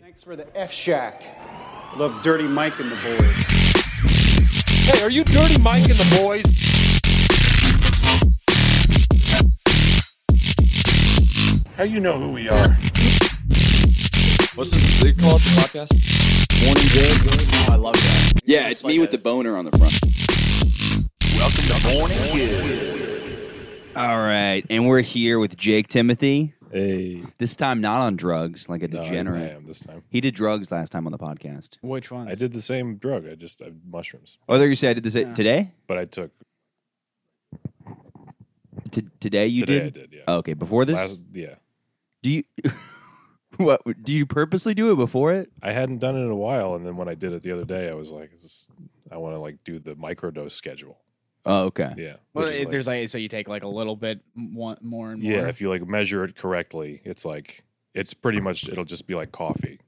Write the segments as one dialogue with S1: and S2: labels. S1: Thanks for the F Shack. Love Dirty Mike and the Boys.
S2: Hey, are you Dirty Mike and the boys? How you know who we are?
S3: What's this? They call it the podcast?
S4: Morning good, good. I love that.
S5: Yeah, it's, me with the boner on the front. All right, and we're here with Jake Timothy.
S2: Hey,
S5: This time, not on drugs like a
S2: no, I
S5: degenerate.
S2: am this time.
S5: He did drugs last time on the podcast.
S3: Which one?
S2: I did the same drug. I just I, mushrooms,
S5: Oh, there you say I did this today.
S2: but I took
S5: T- today you
S2: today.
S5: did.
S2: I did. Yeah.
S5: Oh, okay, before this,
S2: Last, yeah.
S5: do you what? Do you purposely do it before it?
S2: I hadn't done it in a while, and then when I did it the other day, I was like, this is, I want to like do the microdose schedule.
S5: Oh, okay.
S2: Yeah. which
S3: Well,
S2: is
S3: it-
S2: like-
S3: there's like so you take like a little bit m- one- more and more.
S2: yeah. If you like measure it correctly, it's like it's pretty much it'll just be like coffee.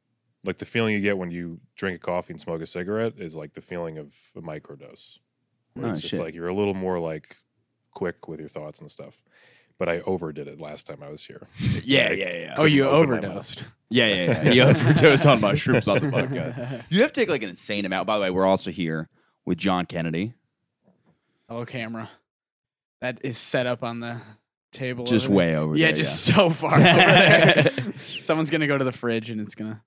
S2: Like the feeling you get when you drink a coffee and smoke a cigarette is like the feeling of a microdose. where
S5: Oh,
S2: it's just
S5: shit.
S2: like you're a little more like quick with your thoughts and stuff. But I overdid it last time I was here.
S5: Yeah, yeah, yeah.
S3: oh, you
S2: open my mouth.
S3: overdosed.
S5: Yeah, yeah, yeah. He overdosed on mushrooms on the podcast. You have to take like an insane amount. By the way, we're also here with John Kennedy.
S3: Hello, Oh, camera. That is set up on the table.
S5: Just
S3: over there.
S5: way over
S3: Yeah,
S5: there,
S3: just so far. over there. Someone's gonna go to the fridge and it's gonna.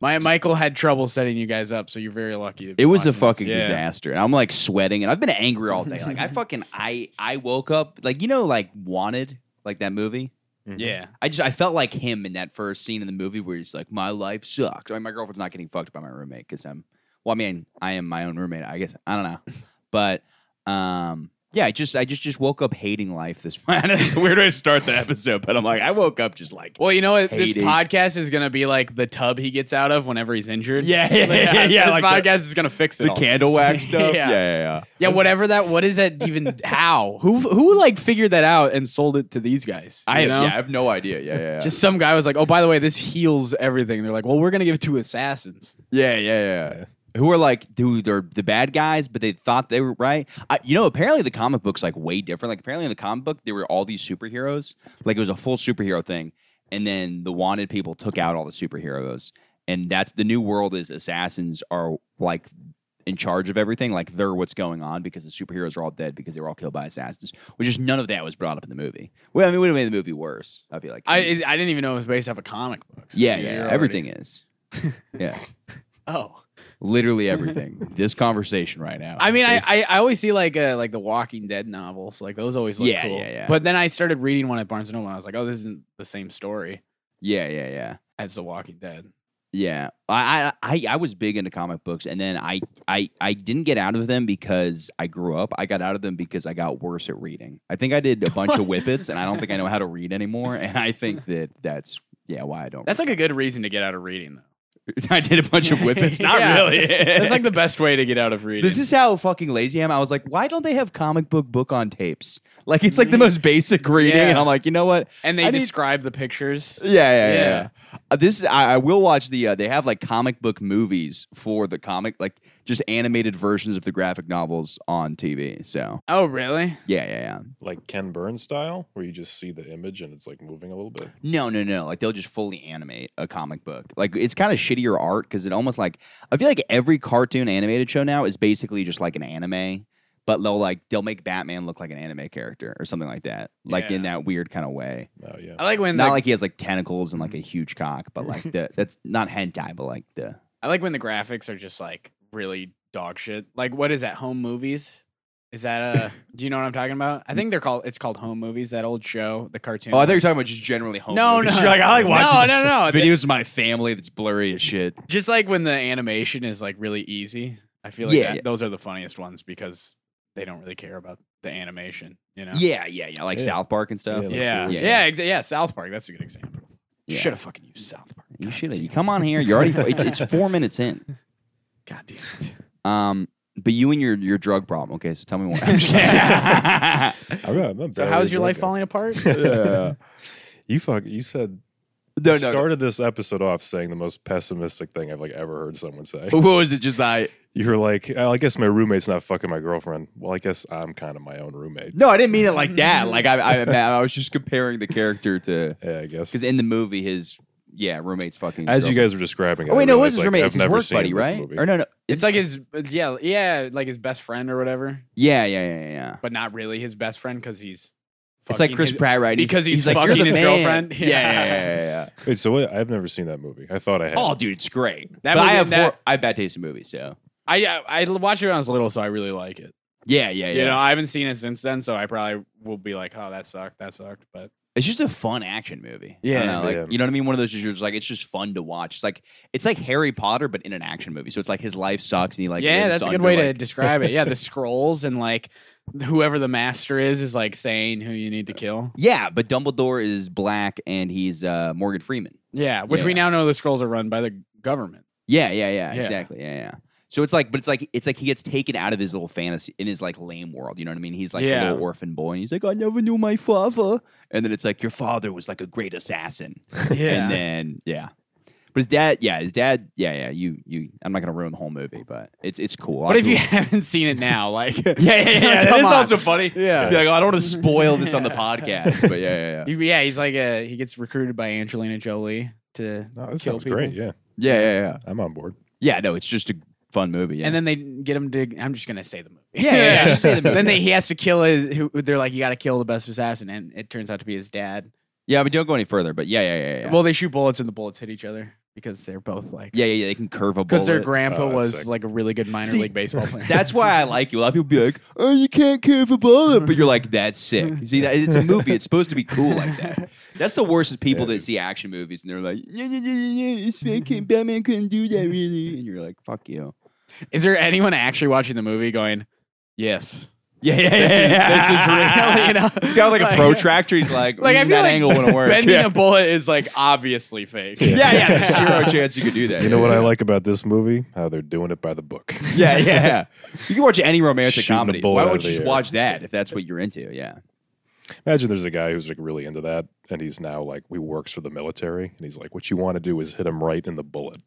S3: My Michael had trouble setting you guys up, so you're very lucky. To be
S5: It was a
S3: watching this.
S5: fucking
S3: Yeah.
S5: disaster. And I'm like sweating and I've been angry all day. Like I fucking I I woke up like you know like wanted like that movie.
S2: Mm-hmm.
S3: Yeah,
S5: I just I felt like him in that first scene in the movie where he's like my life sucks. I mean my girlfriend's not getting fucked by my roommate cuz I'm well I mean I am my own roommate. I guess I don't know. But um yeah, I just I just just woke up hating life this morning. It's a weird way to start the episode, but I'm like I woke up just like
S3: Well, you know what? This
S5: Hated.
S3: podcast is gonna be like the tub he gets out of whenever he's injured.
S5: Yeah, yeah, yeah, yeah, yeah,
S3: This
S5: like
S3: podcast
S5: the-
S3: is gonna fix it.
S5: the
S3: all.
S5: candle wax stuff. yeah,
S3: Yeah.
S5: yeah.
S3: Yeah, whatever that. What is that even? how? Who? Who like figured that out and sold it to these guys?
S5: I
S3: you
S5: have,
S3: know?
S5: yeah, I have no idea. Yeah, yeah, yeah.
S3: Just some guy was like, "Oh, by the way, this heals everything." They're like, "Well, we're gonna give it to assassins."
S5: Yeah, yeah, yeah. Who are like, dude, they're the bad guys, but they thought they were right. I, you know, apparently the comic book's like way different. Like, apparently in the comic book, there were all these superheroes. Like, it was a full superhero thing. And then the wanted people took out all the superheroes. And that's the new world is assassins are like in charge of everything. Like, they're what's going on because the superheroes are all dead because they were all killed by assassins, which is none of that was brought up in the movie. Well, I mean, it would have made the movie worse. I feel like.
S3: I is- I didn't even know it was based off a comic book.
S5: yeah,
S3: You're
S5: yeah.
S3: already-
S5: Everything is. yeah.
S3: Oh,
S5: Literally everything. this conversation right now.
S3: I mean, I,
S5: is-
S3: I I always see like uh like the Walking Dead novels, like those always look
S5: Yeah,
S3: cool.
S5: yeah, yeah.
S3: But then I started reading one at Barnes and Noble, and I was like, "Oh, this isn't the same story
S5: Yeah, yeah, yeah,
S3: as the Walking Dead."
S5: yeah. I, I, I- I was big into comic books, and then I, I, I didn't get out of them because I grew up. I got out of them because I got worse at reading. I think I did a bunch of whippets, and I don't think I know how to read anymore. And I think that that's yeah why I don't.
S3: That's like a good reason to get out of reading, though.
S5: I did a bunch of whippets. Not
S3: Yeah.
S5: really.
S3: That's like the best way to get out of reading.
S5: This is how fucking lazy I am. I was like, why don't they have comic book book on tapes? Like it's like the most basic reading,
S3: Mm-hmm. Yeah.
S5: and I'm like, you know what?
S3: and they
S5: I need-
S3: describe the pictures.
S5: Yeah, yeah, yeah.
S3: Yeah.
S5: Uh, this I, I will watch the. Uh, they have like comic book movies for the comic, like just animated versions of the graphic novels on TV. So
S3: Oh, really?
S5: yeah, yeah, yeah.
S2: Like Ken Burns style, where you just see the image and it's like moving a little bit.
S5: No, no, no. Like they'll just fully animate a comic book. Like it's kind of shittier art because it almost like I feel like every cartoon animated show now is basically just like an anime, but they'll like they'll make Batman look like an anime character or something like that, like in
S3: Yeah.
S5: that weird kind of way.
S2: Oh yeah.
S3: I like when
S5: not
S3: the,
S5: like Mm-hmm. he has like tentacles and like a huge cock, but like the that's not hentai, but like the
S3: I like when the graphics are just like really dog shit. Like what is that? Home movies? Is that a? do you know what I'm talking about? I think they're called. It's called Home Movies. That old show, the cartoon.
S5: Oh, I thought you
S3: one.
S5: were talking about just generally home.
S3: No,
S5: movies.
S3: no.
S5: You're like, I like watching
S3: No,
S5: this
S3: no, no.
S5: videos of my family that's blurry as shit.
S3: just like when the animation is like really easy. I feel like
S5: Yeah,
S3: that-
S5: yeah.
S3: those are the funniest ones because they don't really care about the animation. You know?
S5: Yeah, yeah, yeah. Like
S2: Yeah.
S5: South Park and stuff.
S2: Yeah, like
S3: Yeah.
S5: the-
S3: Yeah.
S5: Yeah.
S3: Yeah. exa- yeah South Park. That's a good example.
S5: Yeah.
S3: Should have fucking used South Park.
S5: You
S3: God
S5: should have.
S3: damn
S5: You
S3: it.
S5: come on here. You're already. It's, it's four minutes in.
S3: God damn it.
S5: Um, but you and your your drug problem. Okay, so tell me more. I'm just kidding.
S2: I'm not- I'm not
S3: Oh, So
S2: barely
S3: how's
S2: a
S3: your life
S2: drunk guy.
S3: falling apart?
S2: Yeah. you fuck. You said
S5: no,
S2: you
S5: no.
S2: started this episode off saying the most pessimistic thing I've like ever heard someone say.
S5: What was it? Just I.
S2: You were like, oh, I guess my roommate's not fucking my girlfriend. Well, I guess I'm kind of my own roommate.
S5: No, I didn't mean it like that. Like I, I, I was just comparing the character to
S2: Yeah, I guess.
S5: because in the movie his yeah, roommate's fucking.
S2: As you
S5: girlfriend.
S2: guys were describing it,
S5: Oh
S2: I
S5: wait, no, it was his
S2: realized, like,
S5: roommate.
S2: I've
S5: It's his
S2: never
S5: work
S2: seen
S5: buddy,
S2: this
S5: right?
S2: movie.
S5: Or no, no,
S3: It's like his uh, yeah yeah like his best friend or whatever,
S5: yeah, yeah, yeah, yeah, yeah.
S3: but not really his best friend because he's.
S5: It's like
S3: fucking
S5: Chris
S3: his-
S5: Pratt, right?
S3: because he's
S5: like, "You're
S3: fucking
S5: the
S3: his
S5: man."
S3: girlfriend.
S5: Yeah, yeah, yeah, yeah, yeah, yeah.
S2: Wait, so what? I've never seen that movie. I thought I had.
S5: Oh, dude, it's great.
S3: That
S5: but I
S3: movie-
S5: have
S3: that-
S5: hor- I have bad taste in movies, so
S3: I I I watched it when I was little, so I really like it.
S5: yeah, yeah, yeah.
S3: You know, I haven't seen it since then, so I probably will be like, oh, that sucked, that sucked. But
S5: it's just a fun action movie. I
S3: Yeah.
S5: don't know, like
S2: Yeah.
S5: you know what I mean. One of those is just like it's just fun to watch. It's like it's like Harry Potter, but in an action movie. So it's like his life sucks, and he like
S3: yeah,
S5: lives
S3: that's a good
S5: under,
S3: way to
S5: like-
S3: describe it. Yeah, the scrolls and like whoever the master is is like saying who you need to kill.
S5: Yeah, but Dumbledore is black and he's uh, Morgan Freeman.
S3: Yeah, which we
S5: Yeah.
S3: now know the scrolls are run by the government.
S5: Yeah, yeah, yeah,
S3: Yeah.
S5: exactly. Yeah, yeah. So it's like, but it's like, it's like he gets taken out of his little fantasy in his like lame world. You know what I mean? He's like a
S3: Yeah.
S5: little orphan boy, and he's like, I never knew my father. And then it's like, your father was like a great assassin. And then yeah, but his dad, yeah, his dad, yeah, yeah. You, you. I'm not gonna ruin the whole movie, but it's it's cool. I'll
S3: what if you
S5: do-
S3: haven't seen it now? Like, yeah,
S5: Yeah, yeah, yeah. that is also funny.
S3: Yeah.
S5: Be like, "Oh, I don't want to spoil this on the podcast, but yeah, yeah, yeah,
S3: He- Yeah, he's like a he gets recruited by Angelina Jolie to
S5: Oh,
S2: No, that
S3: kill
S2: sounds
S3: people.
S2: great. Yeah,
S5: yeah, yeah, yeah.
S2: I'm on board.
S5: Yeah, no, it's just a fun movie. Yeah.
S3: And then they get him to. I'm just gonna say the movie.
S5: Yeah, yeah, yeah, just say the
S3: then they, he has to kill his. Who, they're like, you got to kill the best assassin, and it turns out to be his dad.
S5: yeah, but don't go any further. But yeah, yeah, yeah, yeah.
S3: Well, they shoot bullets, and the bullets hit each other because they're both like.
S5: yeah, yeah, yeah. They can curve a
S3: Because
S5: bullet.
S3: their grandpa
S2: Oh, that's
S3: was
S2: sick.
S3: like a really good minor
S5: See,
S3: league baseball player.
S5: That's why I like you. A lot of people be like, "Oh, you can't curve a bullet," but you're like, "That's sick." You See, that, it's a movie. It's supposed to be cool like that. That's the worst is people
S2: Yeah,
S5: that
S2: dude.
S5: see action movies and they're like, "Yeah, yeah, yeah, yeah, yeah, it's fucking Batman couldn't do that really," and you're like, "Fuck you."
S3: Is there anyone actually watching the movie going, yes,
S5: Yeah, yeah,
S3: this,
S5: yeah.
S3: is, this is really, you know?
S5: He's got like a protractor. He's like,
S3: Like, I
S5: "Mm,
S3: feel
S5: that
S3: like
S5: angle wouldn't work.
S3: Bending
S5: yeah.
S3: a bullet is like obviously fake.
S5: yeah, yeah, there's zero chance you could do that.
S2: You know what I like about this movie? How they're doing it by the book.
S5: Yeah, yeah, yeah. You can watch any romantic
S2: Shooting a
S5: comedy.
S2: bullet
S5: Why
S2: out
S5: would
S2: of
S5: you
S2: the
S5: just
S2: air.
S5: watch that if that's what you're into? Yeah.
S2: Imagine there's a guy who's like really into that, and he's now like he works for the military, and he's like, "What you want to do is hit him right in the bullet,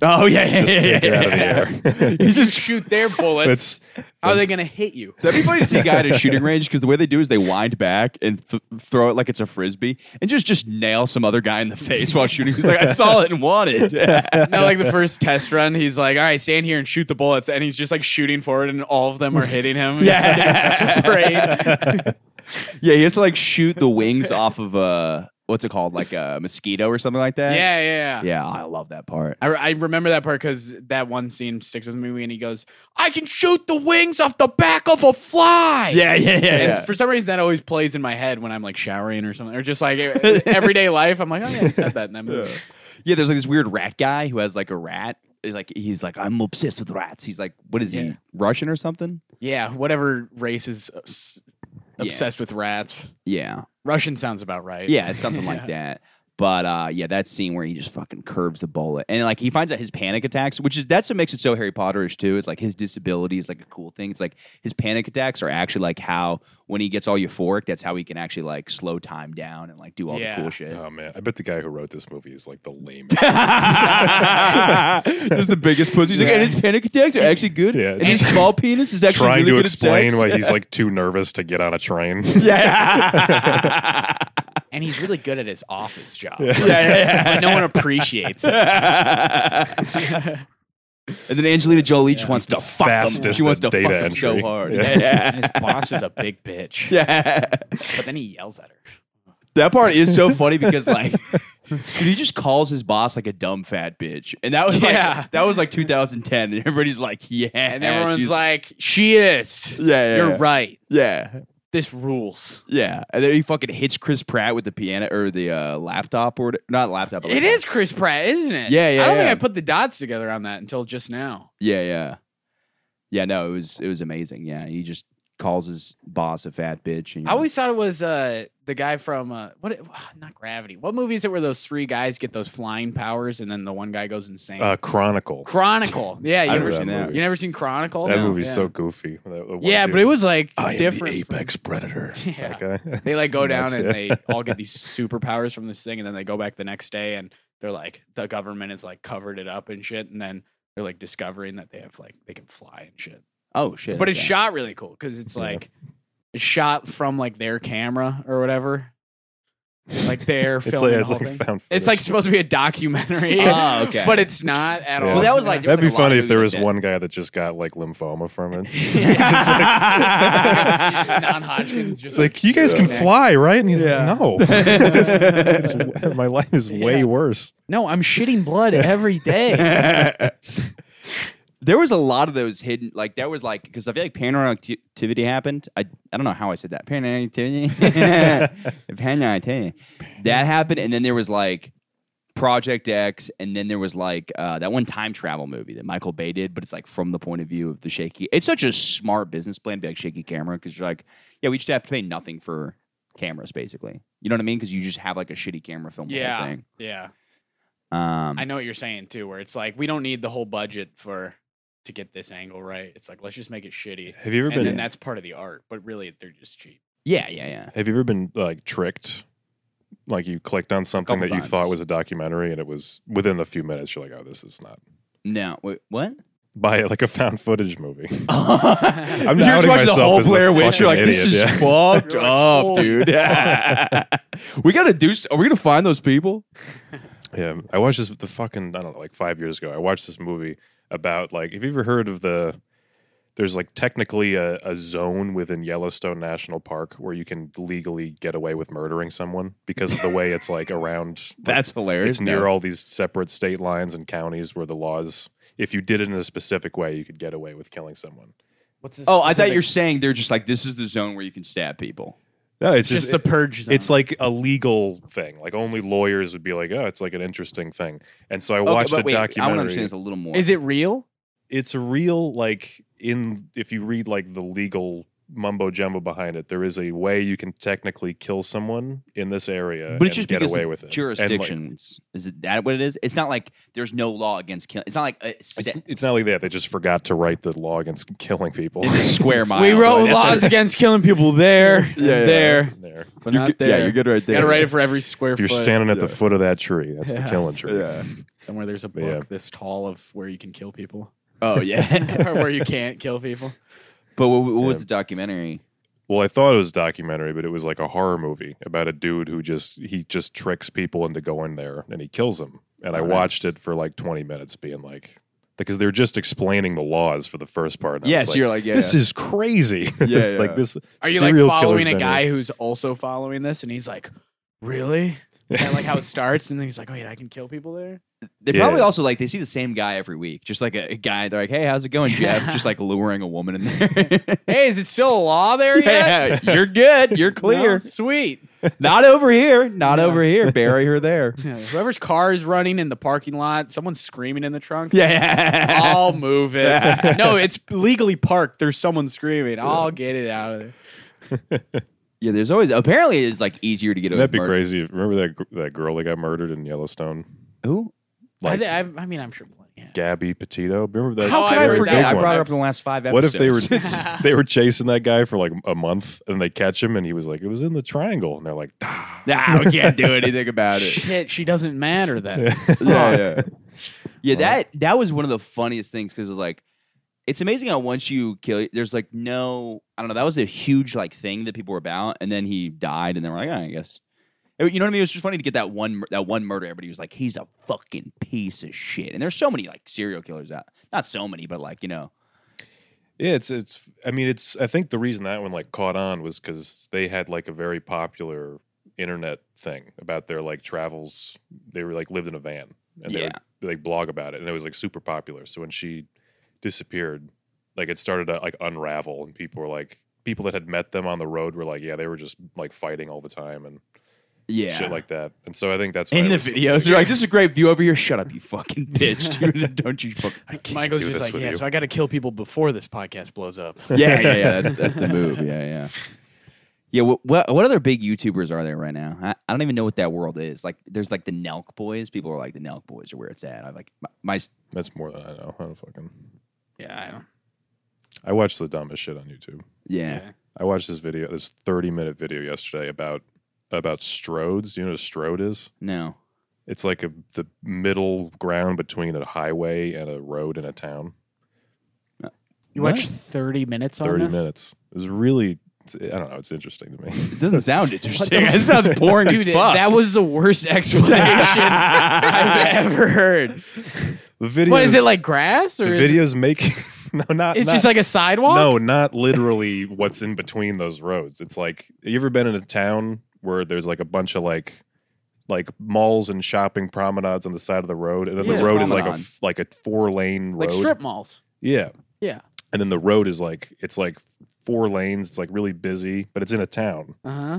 S5: Oh yeah, yeah,
S2: just take it out of the air."
S3: You just shoot their bullets.
S2: it's
S3: How are they going to hit you?
S5: That'd be funny to see a guy at a shooting range because the way they do is they wind back and th- throw it like it's a frisbee and just just nail some other guy in the face while shooting. He's like, I saw it and wanted.
S3: Not like the first test run. He's like, all right, stand here and shoot the bullets. And he's just like shooting forward, and all of them are hitting him.
S5: Yeah.
S3: Sprayed.
S5: yeah, he has to like shoot the wings off of a what's it called, like a mosquito or something like that.
S3: Yeah, yeah, yeah.
S5: yeah, I love that part.
S3: I, re- I remember that part because that one scene sticks with me when he goes, I can shoot the wings off the back of a fly.
S5: Yeah, yeah, yeah.
S3: And
S5: yeah.
S3: for some reason, that always plays in my head when I'm like showering or something, or just like everyday life. I'm like, oh, yeah, he said that in that movie.
S5: yeah, there's like this weird rat guy who has like a rat. He's like he's like I'm obsessed with rats. He's like, what is
S3: Yeah.
S5: he Russian or something?
S3: Yeah, whatever race is obs-
S5: Yeah.
S3: obsessed with rats.
S5: Yeah,
S3: Russian sounds about right.
S5: Yeah, it's something like that. But uh, yeah, that scene where he just fucking curves the bullet, and like he finds out his panic attacks, which is that's what makes it so Harry Potterish too. It's like his disability is like a cool thing. It's like his panic attacks are actually like how when he gets all euphoric, that's how he can actually like slow time down and like do all
S3: Yeah.
S5: the cool shit.
S2: oh man, I bet the guy who wrote this movie is like the lamest.
S5: Just the biggest pussy. He's like, and his panic attacks are actually good.
S2: Yeah.
S5: And his small penis is actually
S2: trying
S5: really
S2: to
S5: good at
S2: explain
S5: sex."
S2: why he's like too nervous to get on a train.
S5: yeah.
S3: And he's really good at his office job.
S5: yeah, yeah, yeah.
S3: But no one appreciates it.
S5: and then Angelina Jolie just wants to fuck him.
S2: fastest
S5: She wants to
S2: at data
S5: fuck him
S2: entry.
S5: so hard.
S2: Yeah.
S5: Yeah.
S3: And his boss is a big bitch.
S5: Yeah.
S3: But then he yells at her.
S5: That part is so funny because like dude, he just calls his boss like a dumb fat bitch. And that was
S3: Yeah.
S5: like that was like 2010 and everybody's like, yeah.
S3: And everyone's
S5: she's-
S3: like, she is.
S5: yeah, yeah,
S3: You're
S5: yeah.
S3: right.
S5: Yeah.
S3: This rules.
S5: Yeah. And then he fucking hits Chris Pratt with the piano or the uh, laptop or what- not laptop. but like-
S3: It is Chris Pratt, isn't it?
S5: Yeah, yeah,
S3: I don't
S5: yeah.
S3: think I put the dots together on that until just now.
S5: Yeah, yeah. Yeah, no, it was it was amazing. Yeah. He just calls his boss a fat bitch and
S3: I always thought it was uh, the guy from uh, what? it- Not Gravity. What movie is it where those three guys get those flying powers and then the one guy goes insane?
S2: Uh, Chronicle.
S3: Chronicle. Yeah, you
S5: I've never
S3: never
S2: That
S5: seen
S3: seen
S5: that.
S2: movie.
S3: you never seen Chronicle?
S2: That
S3: No.
S2: movie's
S3: yeah.
S2: so goofy. That- that one
S3: Yeah, but
S2: dude-
S3: it was like
S2: I am
S3: different.
S2: the apex predator.
S3: Yeah.
S2: That guy.
S3: They like go
S2: That's
S3: down and
S2: it.
S3: they all get these superpowers from this thing, and then they go back the next day and they're like the government is like covered it up and shit, and then they're like discovering that they have like they can fly and shit.
S5: Oh shit!
S3: but it's
S5: okay.
S3: shot really cool because it's
S2: Yeah.
S3: like it's shot from like their camera or whatever. Like they're
S2: It's like,
S3: filming. the
S2: it's
S3: whole
S2: like
S3: thing. Ah,
S2: found
S3: It's like
S2: footage.
S3: supposed to be a documentary,
S5: Oh, okay.
S3: but it's not at
S2: Yeah.
S3: all.
S2: Well, that
S5: was like-
S2: that'd be
S5: there's a lot of
S2: funny if there
S5: movies
S2: was
S5: like that.
S2: one guy that just got like lymphoma from it.
S3: non-Hodgkins. Just
S2: It's like you guys can fly, right? And he's
S3: Yeah.
S2: like, no, It's- it's- my life is way
S3: Yeah.
S2: worse.
S3: no, I'm shitting blood every day.
S5: there was a lot of those hidden, like there was like because I feel like paranormal acti- activity happened. I, I don't know how I said that paranormal activity, paranormal activity that happened, and then there was like Project X, and then there was like uh, that one time travel movie that Michael Bay did, but it's like from the point of view of the shaky. It's such a smart business plan to be like shaky camera because you're like, yeah, we just have to pay nothing for cameras, basically. You know what I mean? Because you just have like a shitty camera film.
S3: Yeah.
S5: Thing.
S3: yeah,
S5: Um,
S3: I know what you're saying too. Where it's like we don't need the whole budget for to get this angle right. It's like let's just make it shitty,
S2: Have you ever
S3: and then
S2: been?
S3: that's part of the art. But really, they're just cheap.
S5: Yeah, yeah, yeah.
S2: have you ever been like tricked? Like you clicked on something
S5: Couple
S2: that you
S5: times.
S2: thought was a documentary, and it was within a few minutes. You're like, oh, this is not.
S5: No, wait, what?
S2: By like a found footage movie.
S5: I'm
S2: You're just outing watching the myself whole as a Blair Witch, you're fucking like, this idiot, is yeah.
S5: fucked
S3: You're like, up, "Holy dude."
S5: we gotta do. Are we gonna find those people?
S2: Yeah, I watched this the fucking I don't know, like five years ago. I watched this movie about like have you ever heard of the there's like technically a, a zone within Yellowstone National Park where you can legally get away with murdering someone because of the way it's like around like,
S5: That's hilarious.
S2: it's near all these separate state lines and counties where the laws if you did it in a specific way you could get away with killing someone.
S3: What's this?
S5: Oh, I thought you were
S3: specific-
S5: saying they're just like this is the zone where you can stab people.
S2: No,
S3: It's just the purge. Zone.
S2: it's like a legal thing. Like only lawyers would be like, "Oh, it's like an interesting thing." And so I
S5: Okay,
S2: watched
S5: but
S2: a
S5: wait, I want to
S2: documentary.
S5: understand this a little more.
S3: is it real?
S2: it's a real like in if you read like the legal mumbo jumbo behind it there is a way you can technically kill someone in this area
S5: But it's
S2: and
S5: just
S2: get
S5: because
S2: away
S5: of
S2: with it And, like,
S5: jurisdictions. is it that what it is? It's not like there's no law against killing. It's not like a,
S2: it's,
S5: set-
S2: it's not like that they just forgot to write the law against killing people
S5: it's a square mile.
S3: we wrote
S5: but-
S3: laws against killing people there,
S5: Yeah, yeah,
S3: there,
S2: there
S3: but not there.
S5: good right
S3: You gotta write it for every square
S2: if you're
S3: foot.
S2: standing at the foot of that tree that's
S3: Yeah.
S2: the killing tree
S3: Somewhere there's a book
S2: Yeah.
S3: this tall of where you can kill people
S5: Oh
S3: or
S5: yeah.
S3: where you can't kill people.
S5: but what, what was
S2: Yeah.
S5: the documentary?
S2: well i thought it was a documentary but it was like a horror movie about a dude who just he just tricks people into going there and he kills them and i
S5: Nice.
S2: watched it for like 20 minutes being like because they're just explaining the laws for the first part and I was
S5: Yes,
S2: like,
S5: you're like yeah.
S2: this is crazy. this,
S5: Yeah, yeah.
S2: Like this.
S3: Are you like
S2: serial
S3: following
S2: killer's
S3: a
S2: been
S3: guy
S2: here.
S3: who's also following this and he's like, really? Is that like how it starts? And then he's like, oh, wait, I can kill people there?
S5: They
S2: Yeah.
S5: probably also like they see the same guy every week, just like a, a guy. They're like, "Hey, how's it going, Jeff?" just like luring a woman in there.
S3: Hey, is it still a law there yet?
S5: yeah, you're good. You're
S3: No?
S5: clear.
S3: Sweet.
S5: Not over here. Not
S3: Yeah.
S5: over here. Bury her there.
S3: Yeah, Whoever's car is running in the parking lot, someone's screaming in the trunk.
S5: Yeah.
S3: I'll move it. no, it's legally parked. There's someone screaming. I'll get it out of there.
S5: yeah. There's always apparently it's like easier to get.
S2: That'd be
S5: over-
S2: crazy. if- Remember that gr- that girl that got murdered in Yellowstone,
S5: Who?
S3: I,
S2: like
S3: thi- I, I mean, I'm sure plenty.
S2: Gabby Petito. Remember Oh, that?
S3: How could I
S2: very
S3: forget?
S2: big
S5: I
S2: one.
S5: brought her up in the last five episodes.
S2: What if they were they were chasing that guy for like a month and they catch him and he was like, "It was in the triangle," and they're like, "Ah."
S5: nah, we can't do anything about it.
S3: Shit, she doesn't matter then.
S5: yeah, yeah. Yeah, that that was one of the funniest things because it was like, it's amazing how once you kill, there's like no, I don't know. That was a huge like thing that people were about, and then he died, and they were like, oh, I guess. Uh, You know what I mean? It was just funny to get that one mur- that one murder. Everybody was like, he's a fucking piece of shit. And there's so many like serial killers out, not so many, but like you know,
S2: Yeah, it's it's. I mean, it's. I think the reason that one like caught on was because they had like a very popular internet thing about their like travels. They were like lived in a van and they
S5: Yeah.
S2: would like blog about it, and it was like super popular. So when she disappeared, like it started to like unravel, and people were like, people that had met them on the road were like, yeah, they were just like fighting all the time and
S5: yeah,
S2: shit like that. And so I think that's why
S5: in
S2: it
S5: the
S2: was so
S5: videos,
S2: big.
S5: they're like, this is a great view over here. Shut up, you fucking bitch, dude. Don't you fucking.
S3: Michael's
S2: do
S3: just
S2: this
S3: like,
S2: with
S3: yeah,
S2: you."
S3: so I got to kill people before this podcast blows up.
S5: yeah, yeah, yeah. That's that's the move. Yeah, yeah. Yeah, what, what what other big YouTubers are there right now? I, I don't even know what that world is. Like, there's like the Nelk Boys. People are like the Nelk Boys are where it's at. I like my, my s-
S2: that's more than I know. I don't fucking.
S3: yeah, I don't.
S2: I watch the dumbest shit on YouTube.
S5: yeah.
S2: I watched this video, this 30 minute video yesterday about about Strodes. Do you know what a Strode is?
S5: No,
S2: It's like a the middle ground between a highway and a road in a town.
S3: You
S5: What?
S3: watch 30 minutes on
S2: 30
S3: this?
S2: minutes. It was really it's, I don't know. It's interesting to me.
S5: It doesn't sound interesting. It sounds boring as
S3: Dude,
S5: fuck.
S3: that was the worst explanation I've ever heard.
S2: The video.
S3: What is it like grass or
S2: The
S3: is it-
S2: video's making. No, not.
S3: it's
S2: not-
S3: just like a sidewalk?
S2: No, not literally what's in between those roads. It's like you ever been in a town where there's like a bunch of like like malls and shopping promenades on the side of the road, and then
S3: Yeah.
S2: the road is like a
S5: Promenade.
S2: f- like a four lane road.
S3: like strip malls.
S2: Yeah.
S3: Yeah.
S2: And then the road is like it's like four lanes. It's like really busy, but it's in a town.
S3: Uh huh.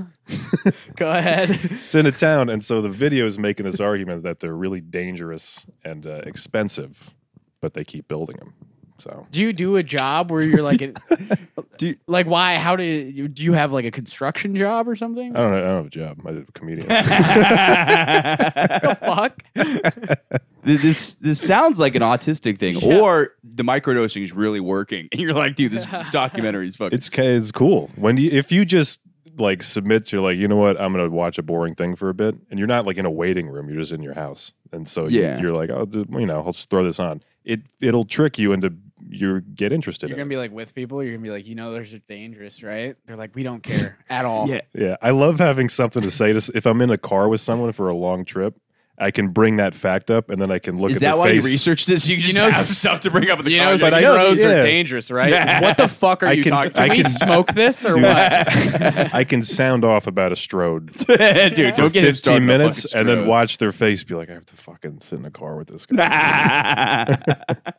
S3: Go ahead.
S2: It's in a town, and so the video is making this argument that they're really dangerous and uh, expensive, but they keep building them. So
S3: Do you do a job where you're like, a,
S5: Do-
S3: like why? How do you do? You have like a construction job or something?
S5: Uh,
S2: I don't know. I don't have a job. I'm a comedian.
S3: the fuck?
S5: Th- this this sounds like an autistic thing, or the microdosing is really working, and you're like, dude, this documentary is fucking.
S2: It's ca- it's cool when you if you just like submit. You're like, you know what? I'm gonna watch a boring thing for a bit, and you're not like in a waiting room. You're just in your house, and so
S5: Yeah.
S2: you, are like, oh, th- you know, I'll just throw this on. It it'll trick you into you get interested.
S3: You're
S2: in
S3: gonna be like with people. You're gonna be like, you know, those are dangerous, right? They're like, we don't care at all.
S5: yeah,
S2: it. Yeah, I love having something to say. To, s- if I'm in a car with someone for a long trip, I can bring that fact up, and then I can look.
S5: is
S2: at
S5: that
S2: the
S5: why
S2: face.
S5: you researced this? You, just
S3: know
S5: have
S3: s-
S5: stuff to bring up in the
S3: You know,
S5: context.
S2: but I know-
S3: roads
S2: yeah.
S3: are dangerous, right?
S5: Yeah.
S3: What the fuck are
S2: I
S3: you
S2: can-
S3: talking? Can
S2: I
S3: we
S2: can-
S3: smoke this or
S2: Dude,
S3: what?
S2: I can sound off about a strode
S5: dude,
S2: for
S5: don't get him
S2: 15
S5: started on
S2: minutes,
S5: fucking
S2: and then
S5: Strohs.
S2: watch their face be like, I have to fucking sit in a car with this guy.
S5: I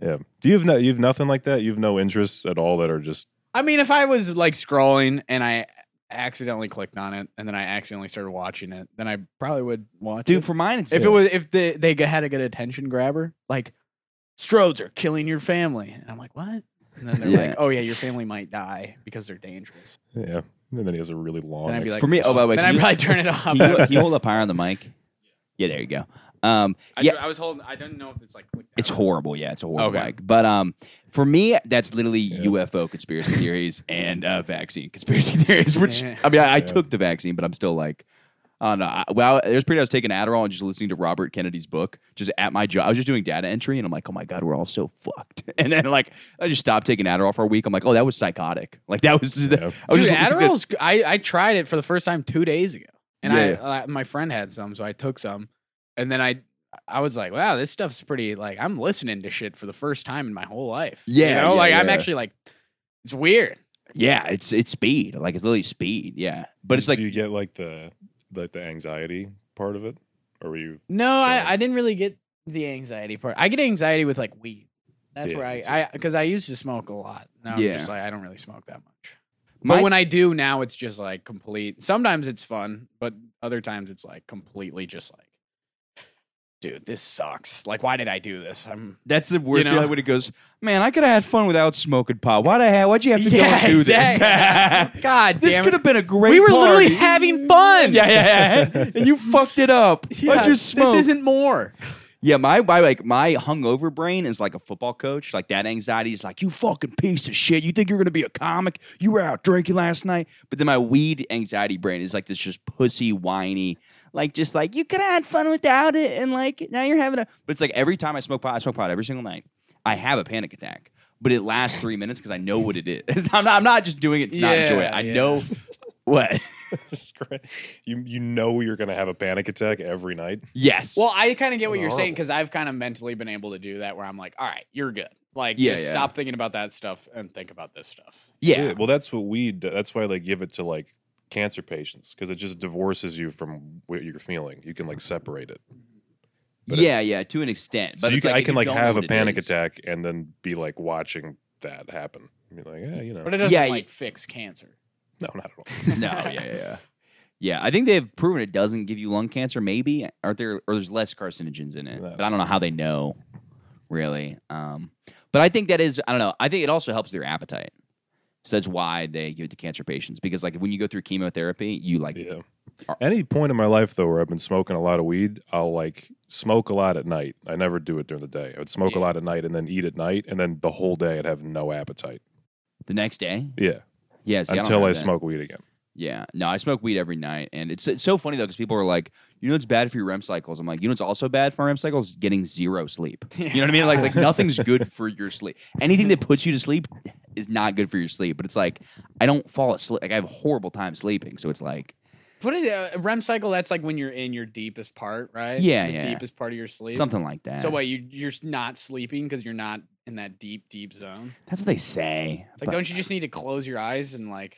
S2: Yeah. Do you have no, you have nothing like that? You have no interests at all that are just
S3: I mean, if I was like scrolling and I accidentally clicked on it and then I accidentally started watching it, then I probably would watch
S5: dude,
S3: it.
S5: for mine, it's
S3: if it was if the, they g- had a good attention grabber, like Strodes are killing your family, and I'm like, what? And then they're
S5: Yeah.
S3: like, oh yeah, your family might die because they're dangerous.
S2: yeah. And then he has a really long.
S3: Then I'd be like,
S5: for me. Oh, by the way,
S3: then
S5: can
S3: I'd
S5: you-
S3: probably turn it off.
S5: Can you, can you hold up higher on the mic? Yeah, there you go. Um,
S3: I,
S5: yeah,
S3: I was holding. I didn't know if it's like. clicked
S5: it's
S3: down.
S5: horrible. Yeah, it's a horrible
S3: Okay.
S5: mic. But um, for me, that's literally
S2: Yeah.
S5: UFO conspiracy theories and uh, vaccine conspiracy theories. Which I mean, I, I
S2: Yeah.
S5: took the vaccine, but I'm still like, I don't know. I, well, there's pretty. I was taking Adderall and just listening to Robert Kennedy's book, just at my job. I was just doing data entry, and I'm like, oh my god, we're all so fucked. And then like, I just stopped taking Adderall for a week. I'm like, oh, that was psychotic. Like that was.
S2: Yeah.
S5: I was
S3: Dude,
S5: Oh, just listening to-
S3: Adderall's. I I tried it for the first time two days ago, and
S5: Yeah.
S3: I, I my friend had some, so I took some, and then I I was like, wow, this stuff's pretty. Like I'm listening to shit for the first time in my whole life. you
S5: Yeah,
S3: know,
S5: yeah,
S3: like I'm
S5: yeah.
S3: actually like, it's weird.
S5: Yeah, it's it's speed. Like it's literally speed. Yeah, but it's like
S2: do you get like the like the anxiety part of it, or were you?
S3: No,
S2: So-
S3: I, I didn't really get the anxiety part. I get anxiety with like weed. That's
S2: Yeah,
S3: where I
S2: me too.
S3: I because I used to smoke a lot. Now
S5: Yeah.
S3: I'm just like I don't really smoke that much.
S5: my
S3: but when I do now, it's just like complete. Sometimes it's fun, but other times it's like completely just like, dude, this sucks. Like, why did I do this? I'm
S5: That's the worst
S3: You know?
S5: feeling when it goes, man, I could have had fun without smoking pot. Why'd I have, why'd you have to go and do
S3: exactly. God
S5: this? this
S3: damn
S5: could
S3: it.
S5: have been a great
S3: We were literally
S5: party.
S3: having fun.
S5: Yeah, yeah, yeah. and you fucked it up.
S3: Yeah,
S5: Why'd you smoke?
S3: This isn't more.
S5: yeah, my, my like my hungover brain is like a football coach. Like that anxiety is like, you fucking piece of shit. You think you're gonna be a comic? You were out drinking last night. But then my weed anxiety brain is like this just pussy whiny. Like just like you could have had fun without it, and like now you're having a. But it's like every time I smoke pot, I smoke pot every single night. I have a panic attack, but it lasts three minutes because I know what it is. I'm not. I'm not just doing it to not enjoy it.
S3: Yeah,
S5: I
S3: yeah.
S5: know what.
S2: Just cra- you you know you're gonna have a panic attack every night.
S5: Yes.
S3: Well, I kind of get what you're saying
S2: Horrible.
S3: because I've kind of mentally been able to do that where I'm like, all right, you're good. Like,
S5: Yeah,
S3: just
S5: yeah.
S3: stop thinking about that stuff and think about this stuff.
S5: yeah.
S2: Well, that's what we. Do. That's why they give it to like cancer patients because it just divorces you from what you're feeling. You can like separate it. but it-
S5: yeah, yeah, to an extent. But
S2: so you
S5: it's
S2: can, I
S5: if
S2: can
S5: you
S2: like
S5: don't know
S2: have a
S5: what it
S2: panic
S5: is-
S2: attack and then be like watching that happen. You're like, yeah, you know,
S3: But it doesn't
S5: Yeah, you-
S3: like fix cancer.
S2: no, not at all.
S5: no, yeah, yeah, yeah. Yeah, I think they've proven it doesn't give you lung cancer. Maybe are there or there's less carcinogens in it,
S2: No.
S5: but I don't know how they know, really. Um, but I think that is I don't know. I think it also helps their appetite, so that's why they give it to cancer patients because like when you go through chemotherapy, you like
S2: Yeah.
S5: Are-
S2: Any point in my life though where I've been smoking a lot of weed, I'll like smoke a lot at night. I never do it during the day. I would smoke
S3: Yeah.
S2: a lot at night and then eat at night, and then the whole day I'd have no appetite.
S5: the next day.
S2: Yeah,
S5: Yeah, see, I don't
S2: until
S5: have
S2: I,
S5: that.
S2: smoke weed again.
S5: Yeah, no, I smoke weed every night, and it's it's so funny though because people are like, you know, it's bad for your REM cycles. I'm like, you know, it's also bad for my REM cycles getting zero sleep. You know what I mean? Like, like nothing's good for your sleep. Anything that puts you to sleep is not good for your sleep. But it's like I don't fall asleep. Like I have a horrible time sleeping. So it's like
S3: What is uh, REM cycle? That's like when you're in your deepest part, right?
S5: Yeah,
S3: the
S5: yeah.
S3: deepest part of your sleep.
S5: something like that.
S3: So what you you're s- not sleeping because you're not in that deep deep zone.
S5: That's what they say.
S3: It's like
S5: but-
S3: don't you just need to close your eyes and like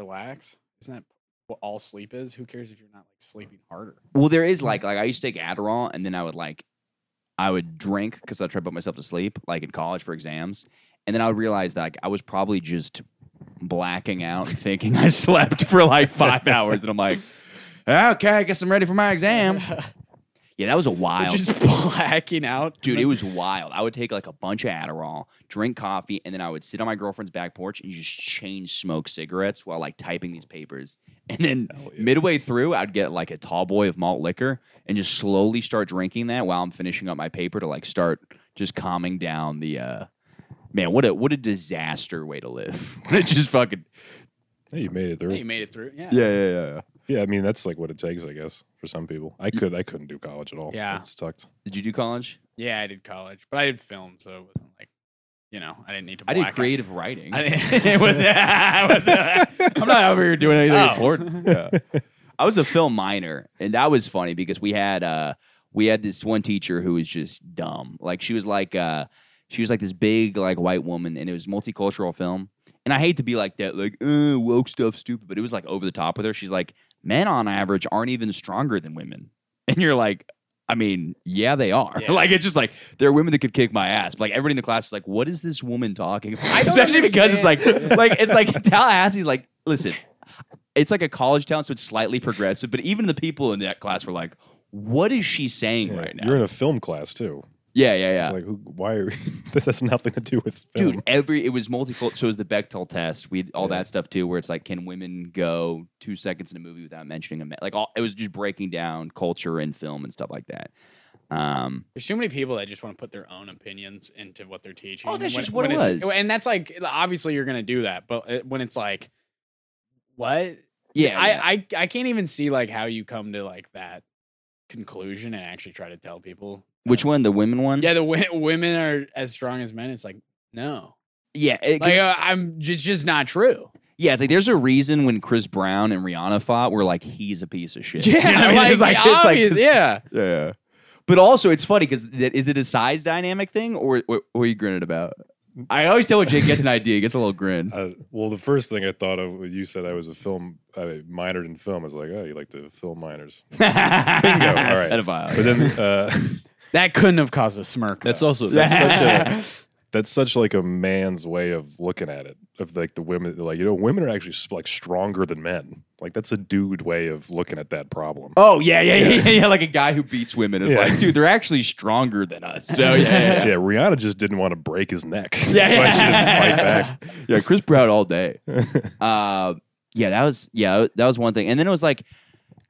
S3: relax? Isn't that what all sleep is? Who cares if you're not like sleeping harder?
S5: Well, there is like like I used to take Adderall, and then I would like I would drink because I try to put myself to sleep, like in college for exams, and then I would realize that like, I was probably just blacking out, thinking I slept for like five hours, and I'm like, okay, I guess I'm ready for my exam. Yeah, that was a
S3: You're
S5: wild.
S3: just blacking out,
S5: Dude, it was wild. I would take like a bunch of Adderall, drink coffee, and then I would sit on my girlfriend's back porch and just chain smoke cigarettes while like typing these papers. And then midway through, I'd get like a tall boy of malt liquor and just slowly start drinking that while I'm finishing up my paper to like start just calming down the uh man, what a what a disaster way to live. just fucking
S2: Hey, you made it through.
S3: Hey, oh, you made it through. Yeah.
S5: yeah, yeah.
S2: Yeah, I mean that's like what it takes, I guess, for some people. I could, I couldn't do college at all.
S3: Yeah.
S2: it sucked.
S5: Did you do college?
S3: Yeah, I did college, but I did film, so it wasn't like, you know, I didn't need to.
S5: I
S3: Black
S5: did creative writing.
S3: Out. I didn't, it was. I was uh,
S5: I'm not over here doing anything
S3: Oh.
S5: important. I was a film minor, and that was funny because we had uh we had this one teacher who was just dumb. Like she was like uh she was like this big like white woman, and it was multicultural film. And I hate to be like that, like uh, woke stuff, stupid, but it was like over the top with her. She's like, men on average aren't even stronger than women, and you're like. I mean, yeah, they are.
S3: Yeah.
S5: Like, it's just like there are women that could kick my ass. But, like, everybody in the class is like, "What is this woman talking?" about?
S3: I don't
S5: Especially because it's like,
S3: understand.
S5: like it's like Tallahassee's like, listen, it's like a college town, so it's slightly progressive. But even the people in that class were like, "What is she saying
S2: Yeah,
S5: right now?"
S2: You're in a film class too.
S5: yeah, yeah, yeah.
S2: It's like, who, why? Are, this has nothing to do with film.
S5: Dude, every it was multicultural. So it was the Bechtel test. We had all
S2: Yeah.
S5: that stuff too, where it's like, can women go two seconds in a movie without mentioning a man? Like, all, it was just breaking down culture and film and stuff like that. Um,
S3: There's too many people that just want to put their own opinions into what they're teaching.
S5: Oh, that's
S3: when-
S5: just what
S3: when
S5: it
S3: it's-
S5: was.
S3: And that's like obviously you're gonna do that, but it- when it's like, what?
S5: yeah,
S3: I,
S5: yeah.
S3: I I can't even see like how you come to like that conclusion and actually try to tell people.
S5: which one? The women one?
S3: Yeah, the w- women are as strong as men. It's like no,
S5: yeah. it-
S3: like uh, I'm just just not true.
S5: Yeah, it's like there's a reason when Chris Brown and Rihanna fought, we're like, he's a piece of shit.
S3: Yeah,
S5: You know what I mean?
S3: like,
S5: It's like- it's like
S3: obvious,
S5: this-
S3: yeah.
S5: yeah. But also, it's funny because is it a size dynamic thing or what, what are you grinning about? I always tell when Jake gets an idea, he gets a little grin.
S2: Uh, well, the first thing I thought of when you said I was a film, I minored in film. I was like, oh, you like to film minors.
S5: Bingo. All right.
S2: But then uh,
S3: That couldn't have caused a smirk.
S2: that's
S3: though.
S2: also that's such a that's such like a man's way of looking at it. Of like the women, like you know, women are actually s- like stronger than men. Like that's a dude way of looking at that problem.
S5: Oh yeah, yeah, yeah, yeah, yeah. Like a guy who beats women is
S2: Yeah.
S5: like, dude, they're actually stronger than us. So yeah, yeah,
S2: Yeah, Rihanna just didn't want to break his neck.
S5: yeah.
S2: That's why she didn't fight back.
S5: Yeah, Chris Brown all day. uh, yeah, that was yeah, that was one thing. And then it was like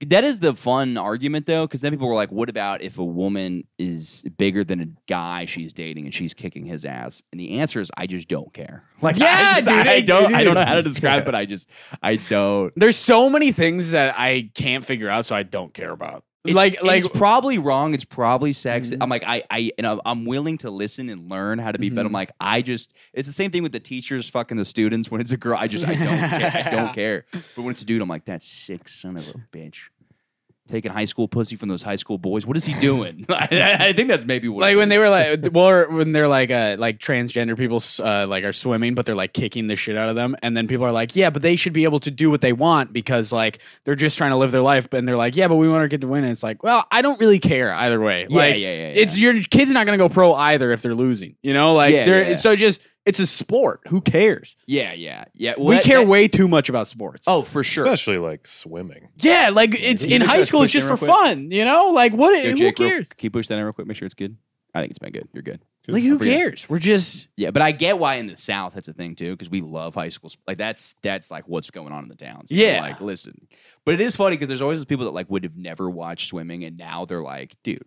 S5: that is the fun argument though, because then people were like, "What about if a woman is bigger than a guy she's dating and she's kicking his ass?" And the answer is, I just don't care. Like,
S3: Yeah,
S5: I, just-
S3: dude,
S5: I
S3: I-
S5: don't, I
S3: dude.
S5: don't know how to describe, it, but I just, I don't.
S3: There's so many things that I can't figure out, so I don't care about.
S5: It-
S3: like,
S5: and
S3: like
S5: it's probably wrong. It's probably sexist.
S3: Mhm.
S5: I'm like, I, I, and I'm- I'm willing to listen and learn how to be
S3: Mm-hmm.
S5: better. I'm like, I just, it's the same thing with the teachers fucking the students. When it's a girl, I just, I don't, care. I don't care. But when it's a dude, I'm like, that sick son of a bitch, taking high school pussy from those high school boys. What is he doing? I, I think that's maybe what.
S3: like
S5: it
S3: when they
S5: is.
S3: were like, well, or when they're like, uh, like transgender people uh, like are swimming, but they're like kicking the shit out of them, and then people are like, yeah, but they should be able to do what they want because like they're just trying to live their life, and they're like, yeah, but we want our kid to win, and it's like, well, I don't really care either way.
S5: Yeah,
S3: like,
S5: yeah, yeah, yeah.
S3: It's your kid's not gonna go pro either if they're losing, you know, like
S5: Yeah,
S3: they're
S5: yeah.
S3: so just it's a sport. Who cares?
S5: yeah, yeah, yeah.
S3: we
S5: Well,
S3: care
S5: that-
S3: way too much about sports.
S5: Oh, for sure.
S2: Especially like swimming.
S3: Yeah, like it's
S2: Can you
S3: in
S2: guys
S3: high school. It's
S2: push in
S3: just for
S2: real quick?
S3: fun, you know. Like what?
S5: Yo,
S3: who
S5: Jake, real-
S3: cares?
S5: can you push that in real quick? Make sure it's good. I think it's been good. You're good.
S3: Like who
S5: Forget it.
S3: cares? We're just
S5: Yeah, but I get why in the South that's a thing too, because we love high school. sp- Like that's that's like what's going on in the towns. They're
S3: Yeah.
S5: like listen, but it is funny because there's always those people that like would have never watched swimming, and now they're like, dude,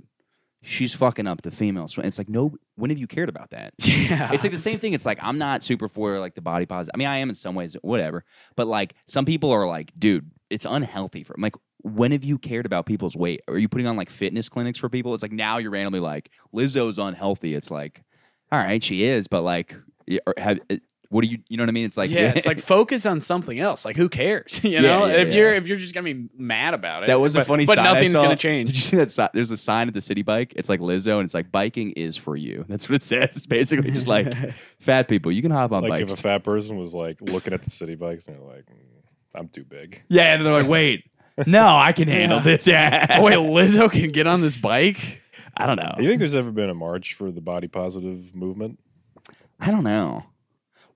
S5: she's fucking up the female swim. It's like, no, when have you cared about that?
S3: yeah.
S5: It's like the same thing. It's like I'm not super for like the body positive. I mean, I am in some ways, whatever. But like some people are like, dude, it's unhealthy for. I'm like, when have you cared about people's weight? Are you putting on like fitness clinics for people? It's like now you're randomly like Lizzo's unhealthy. It's like, all right, she is, but like, y- are- have, uh, What do you you know what I mean? It's like
S3: yeah, it's like focus on something else. Like who cares? You know,
S5: yeah,
S3: if
S5: yeah.
S3: you're if you're just gonna be mad about it,
S5: That was a
S3: but-
S5: funny
S3: But
S5: sign. I
S3: nothing's
S5: saw.
S3: gonna
S5: Did
S3: change.
S5: you see that sign? There's a sign at the city bike. It's like Lizzo, and it's like biking is for you. That's what it says. It's basically just like fat people. You can hop on
S2: Like
S5: bikes.
S2: if a fat person was like looking at the city bikes and they're like, "Mm, I'm too big.
S5: yeah, and they're like, wait, no, I can handle this. Yeah.
S3: Oh wait, Lizzo can get on this bike.
S5: I don't know.
S2: Do you think there's ever been a march for the body positive movement?
S5: I don't know.